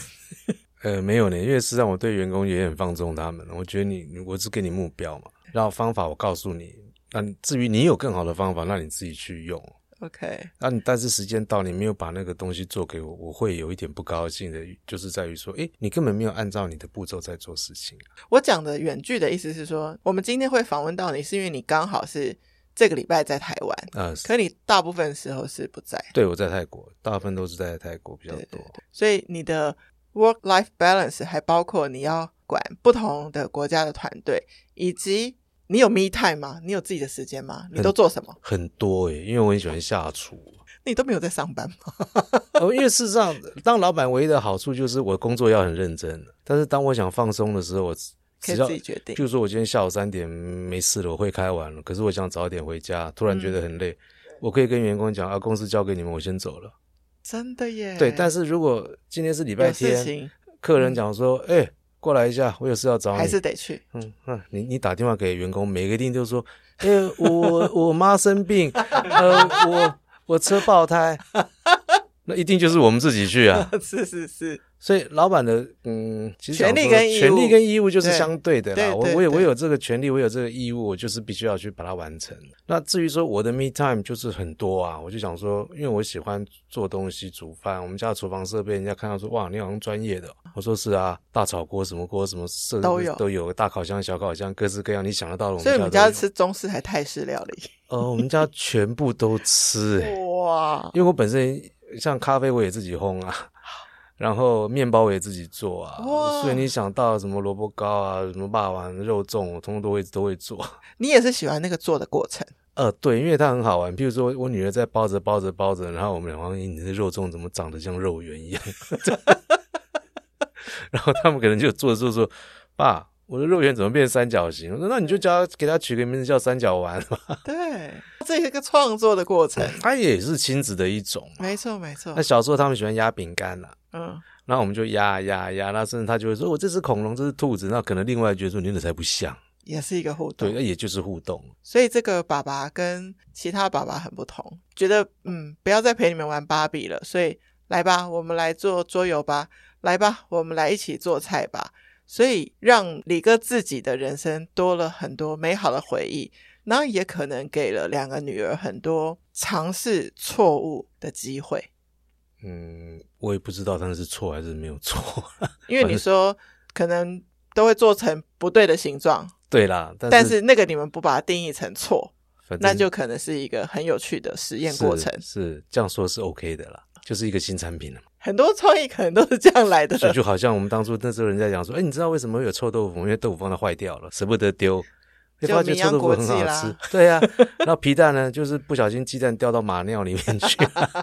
Speaker 1: 呃，没有呢，因为事实上我对员工也很放纵他们，我觉得你，我是给你目标嘛，然后方法我告诉你，那你至于你有更好的方法，那你自己去用。
Speaker 2: OK，
Speaker 1: 那、你但是时间到，你没有把那个东西做给我，我会有一点不高兴的，就是在于说，哎、你根本没有按照你的步骤在做事情。啊
Speaker 2: 我讲的远距的意思是说，我们今天会访问到你，是因为你刚好是这个礼拜在台湾，
Speaker 1: 呃，
Speaker 2: 可你大部分时候是不在，
Speaker 1: 对我在泰国，大部分都是在泰国比较
Speaker 2: 对
Speaker 1: 多。
Speaker 2: 所以你的 work life balance 还包括你要管不同的国家的团队，以及你有 me time 吗？你有自己的时间吗？你都做什么？
Speaker 1: 很多诶、因为我很喜欢下厨。
Speaker 2: 你都没有在上班吗？
Speaker 1: 哦，因为事实上，当老板唯一的好处就是我工作要很认真，但是当我想放松的时候，我只
Speaker 2: 可
Speaker 1: 只
Speaker 2: 以
Speaker 1: 要
Speaker 2: 自己决定
Speaker 1: 譬。如说我今天下午三点没事了，我会开完了，可是我想早点回家，突然觉得很
Speaker 2: 嗯
Speaker 1: 累，我可以跟员工讲啊，公司交给你们，我先走了。
Speaker 2: 真的耶。
Speaker 1: 对，但是如果今天是礼拜
Speaker 2: 嗯有事
Speaker 1: 天，
Speaker 2: 情嗯
Speaker 1: 客人讲说，哎、过来一下，我有事要找你，
Speaker 2: 还是得去。
Speaker 1: 嗯，嗯，你你打电话给员工，每个一定就说，哎、我我妈生病，呃， 我我车爆胎，那一定就是我们自己去啊。
Speaker 2: 哦是是是，
Speaker 1: 所以老板的嗯，其实
Speaker 2: 权利
Speaker 1: 讲说
Speaker 2: 跟义务
Speaker 1: 权利跟义务就是
Speaker 2: 对
Speaker 1: 相对的啦。
Speaker 2: 对
Speaker 1: 我
Speaker 2: 对
Speaker 1: 我有
Speaker 2: 对
Speaker 1: 我有这个权利，我有这个义务，我就是必须要去把它完成。那至于说我的 me time 就是很多啊，我就想说，因为我喜欢做东西、煮饭，我们家的厨房设备，人家看到说哇，你好像专业的哦。我说是啊，大炒锅、什么锅、什么设
Speaker 2: 都有
Speaker 1: 都有，大烤箱、小烤箱，各式各样，你想得到的。
Speaker 2: 所以我们
Speaker 1: 们
Speaker 2: 家
Speaker 1: 家
Speaker 2: 吃中式还泰式料理，
Speaker 1: 呃，我们家全部都 吃、欸，
Speaker 2: 哇，
Speaker 1: 因为我本身像咖啡我也自己烘啊，然后面包我也自己做啊
Speaker 2: 哇，
Speaker 1: 所以你想到什么萝卜糕啊、什么霸王肉粽，我通通都会都会做。
Speaker 2: 你也是喜欢那个做的过 程，
Speaker 1: 呃，对，因为它很好玩。譬如说我女儿在包着包着包着，然后我们两方，咦，你的肉粽怎么长得像肉圆一样？ 然后他们可能就做着做着说，爸，我的肉圆怎么变三角形？我说那你就叫它给它取个名字叫三角丸嘛。
Speaker 2: 对，这是一个创作的过程，
Speaker 1: 它也是亲子的一种。
Speaker 2: 没错没错
Speaker 1: 那，小时候他们喜欢压饼干啊啦、
Speaker 2: 嗯，
Speaker 1: 然后我们就压压压，那甚至他就会说：“我哦这是恐龙，这是兔子。”那可能另外觉得说：“你那才不像。
Speaker 2: 也是一个互”
Speaker 1: 对，
Speaker 2: 动
Speaker 1: 那，也就是互动。
Speaker 2: 所以这个爸爸跟其他爸爸很不同，觉得嗯，不要再陪你们玩芭比了，所以来吧，我们来做桌游吧，来吧，我们来一起做菜吧。所以让李哥自己的人生多了很多美好的回忆，然后也可能给了两个女儿很多尝试错误的机会，
Speaker 1: 嗯，我也不知道他们是错还是没有错。
Speaker 2: 因
Speaker 1: 呃
Speaker 2: 为你说可能都会做成不对的形状，
Speaker 1: 对啦，但是
Speaker 2: 但是那个你们不把它定义成错，
Speaker 1: 反正
Speaker 2: 那就可能是一个很有趣的实验过程。
Speaker 1: 是是这样说是 OK 的啦，就是一个新产 品了嘛。
Speaker 2: 很多创意可能都是这样来的。
Speaker 1: 所以就好像我们当初那时候人家讲说：“哎，你知道为什么会有臭豆腐？因为豆腐放它坏掉了，舍不得丢。”会
Speaker 2: 就
Speaker 1: 发觉
Speaker 2: 名扬
Speaker 1: 臭豆腐
Speaker 2: 国
Speaker 1: 很
Speaker 2: 际
Speaker 1: 好
Speaker 2: 啦
Speaker 1: 吃，对呀、 然后皮蛋呢，就是不小心鸡蛋掉到马尿里面去，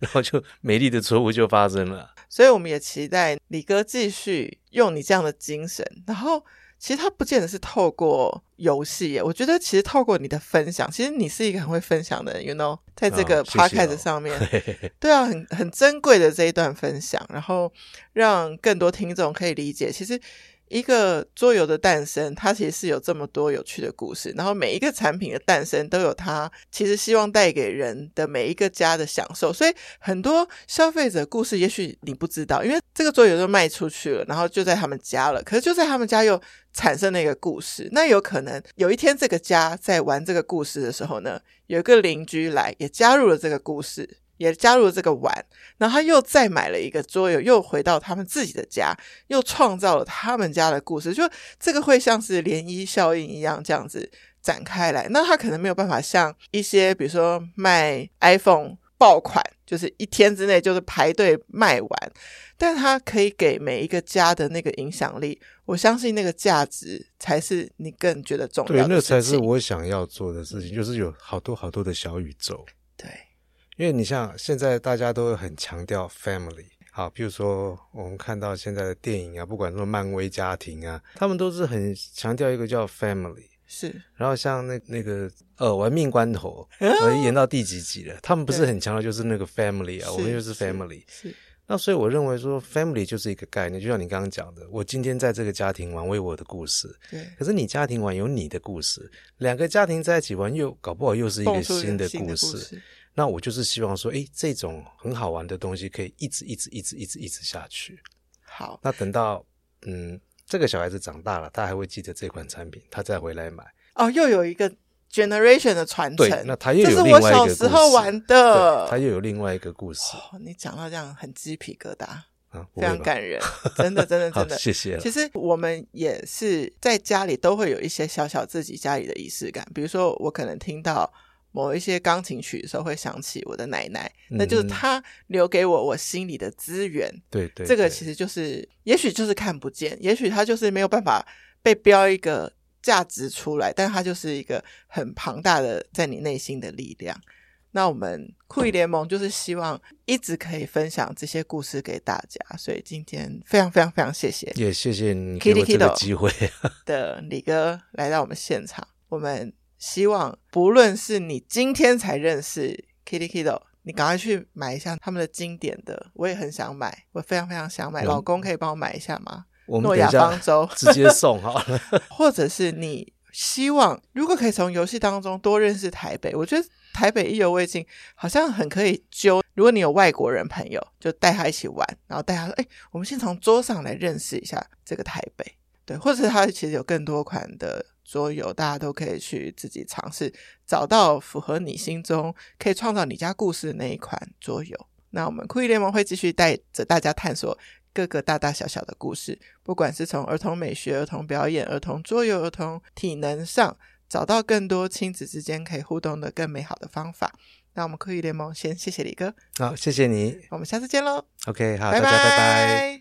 Speaker 1: 然后就美丽的错误就发生了。
Speaker 2: 所以我们也期待李哥继续用你这样的精神。然后，其实他不见得是透过游戏耶，我觉得其实透过你的分享，其实你是一个很会分享的人，you know，在这个
Speaker 1: 啊谢谢哦
Speaker 2: podcast 上面，对啊，很很珍贵的这一段分享，然后让更多听众可以理解，其实。一个桌游的诞生，它其实是有这么多有趣的故事，然后每一个产品的诞生都有它其实希望带给人的每一个家的享受，所以很多消费者故事也许你不知道，因为这个桌游都卖出去了，然后就在他们家了，可是就在他们家又产生了一个故事，那有可能有一天这个家在玩这个故事的时候呢，有一个邻居来也加入了这个故事。也加入了这个玩，然后他又再买了一个桌游，又回到他们自己的家，又创造了他们家的故事，就这个会像是涟漪效应一样这样子展开来。那他可能没有办法像一些比如说卖 iPhone 爆款，就是一天之内就是排队卖完，但他可以给每一个家的那个影响力。我相信那个价值才是你更觉得重要的
Speaker 1: 对，那才
Speaker 2: 事
Speaker 1: 是
Speaker 2: 情
Speaker 1: 我想要做的事情，就是有好多好多的小宇宙。
Speaker 2: 对
Speaker 1: 因为你像现在大家都很强调 family，好，比如说我们看到现在的电影啊，不管说漫威家庭啊，他们都是很强调一个叫 family。
Speaker 2: 是
Speaker 1: 然后像那那个呃，玩命关头， 我演到第几集了？他们不是
Speaker 2: 对
Speaker 1: 很强调就是那个 family 啊，我们就是 family。
Speaker 2: 是
Speaker 1: 那所以我认为说 family 就是一个概念，就像你刚刚讲的，我今天在这个家庭玩，我有我的故事，
Speaker 2: 对
Speaker 1: 可是你家庭玩有你的故事，两个家庭在一起玩又搞不好又是一
Speaker 2: 蹦
Speaker 1: 个
Speaker 2: 出
Speaker 1: 新的
Speaker 2: 新
Speaker 1: 故
Speaker 2: 的
Speaker 1: 事。
Speaker 2: 事。
Speaker 1: 那我就是希望说，诶，这种很好玩的东西可以一直一直一直一直一直下去。
Speaker 2: 好，
Speaker 1: 那等到嗯，这个小孩子长大了，他还会记得这款产品，他再回来买。
Speaker 2: 哦，又有一个 generation 的传承
Speaker 1: 对，，那他又
Speaker 2: 这是
Speaker 1: 有另
Speaker 2: 我
Speaker 1: 外一个
Speaker 2: 小
Speaker 1: 故
Speaker 2: 时候
Speaker 1: 事
Speaker 2: 玩
Speaker 1: 对
Speaker 2: 的。
Speaker 1: 他又有另外一个故事
Speaker 2: 哦，你讲到这样很鸡皮疙瘩，
Speaker 1: 啊，不会
Speaker 2: 非常
Speaker 1: 吧
Speaker 2: 感人，真的，真的，
Speaker 1: 好
Speaker 2: 真，的。
Speaker 1: 谢谢了
Speaker 2: 其。实我们也是在家里都会有一些小小自己家里的仪式感，比如说我可能听到某一些钢琴曲的时候，会想起我的奶奶，那就是
Speaker 1: 嗯哼
Speaker 2: 她留给我我心里的资源。
Speaker 1: 对对，
Speaker 2: 这个
Speaker 1: 对
Speaker 2: 其实就是，也许就是看不见，也许它就是没有办法被标一个价值出来，但它就是一个很庞大的在你内心的力量。那我们酷艺联盟就是希望一直可以分享这些故事给大家，所以今天非常非常非常谢谢
Speaker 1: 也谢谢你给我
Speaker 2: Kitty
Speaker 1: 这个
Speaker 2: Kiddo
Speaker 1: 机 会。
Speaker 2: 的李哥来到我们现场。我们希望不论是你今天才认识 Kitty Kiddo，你赶快去买一下他们的经典的，我也很想买，我非常非常想买。
Speaker 1: 嗯
Speaker 2: 老公可以帮我买一下吗？
Speaker 1: 我们
Speaker 2: 诺
Speaker 1: 等
Speaker 2: 亚
Speaker 1: 一下
Speaker 2: 方舟
Speaker 1: 直接送好了。
Speaker 2: 或者是你希望如果可以从游戏当中多认识台北，我觉得台北意犹未尽，好像很可以揪。如果你有外国人朋友，就带他一起玩，然后带他说：“哎、我们先从桌上来认识一下这个台北。”对，或者它其实有更多款的桌游，大家都可以去自己尝试，找到符合你心中可以创造你家故事的那一款桌游。那我们酷艺联盟会继续带着大家探索各个大大小小的故事，不管是从儿童美学、儿童表演、儿童桌游、儿童体能上，找到更多亲子之间可以互动的更美好的方法。那我们酷艺联盟先谢谢李哥，
Speaker 1: 好，谢谢你。
Speaker 2: 我们下次见喽，
Speaker 1: OK，好，
Speaker 2: 拜
Speaker 1: 大家拜拜。
Speaker 2: 拜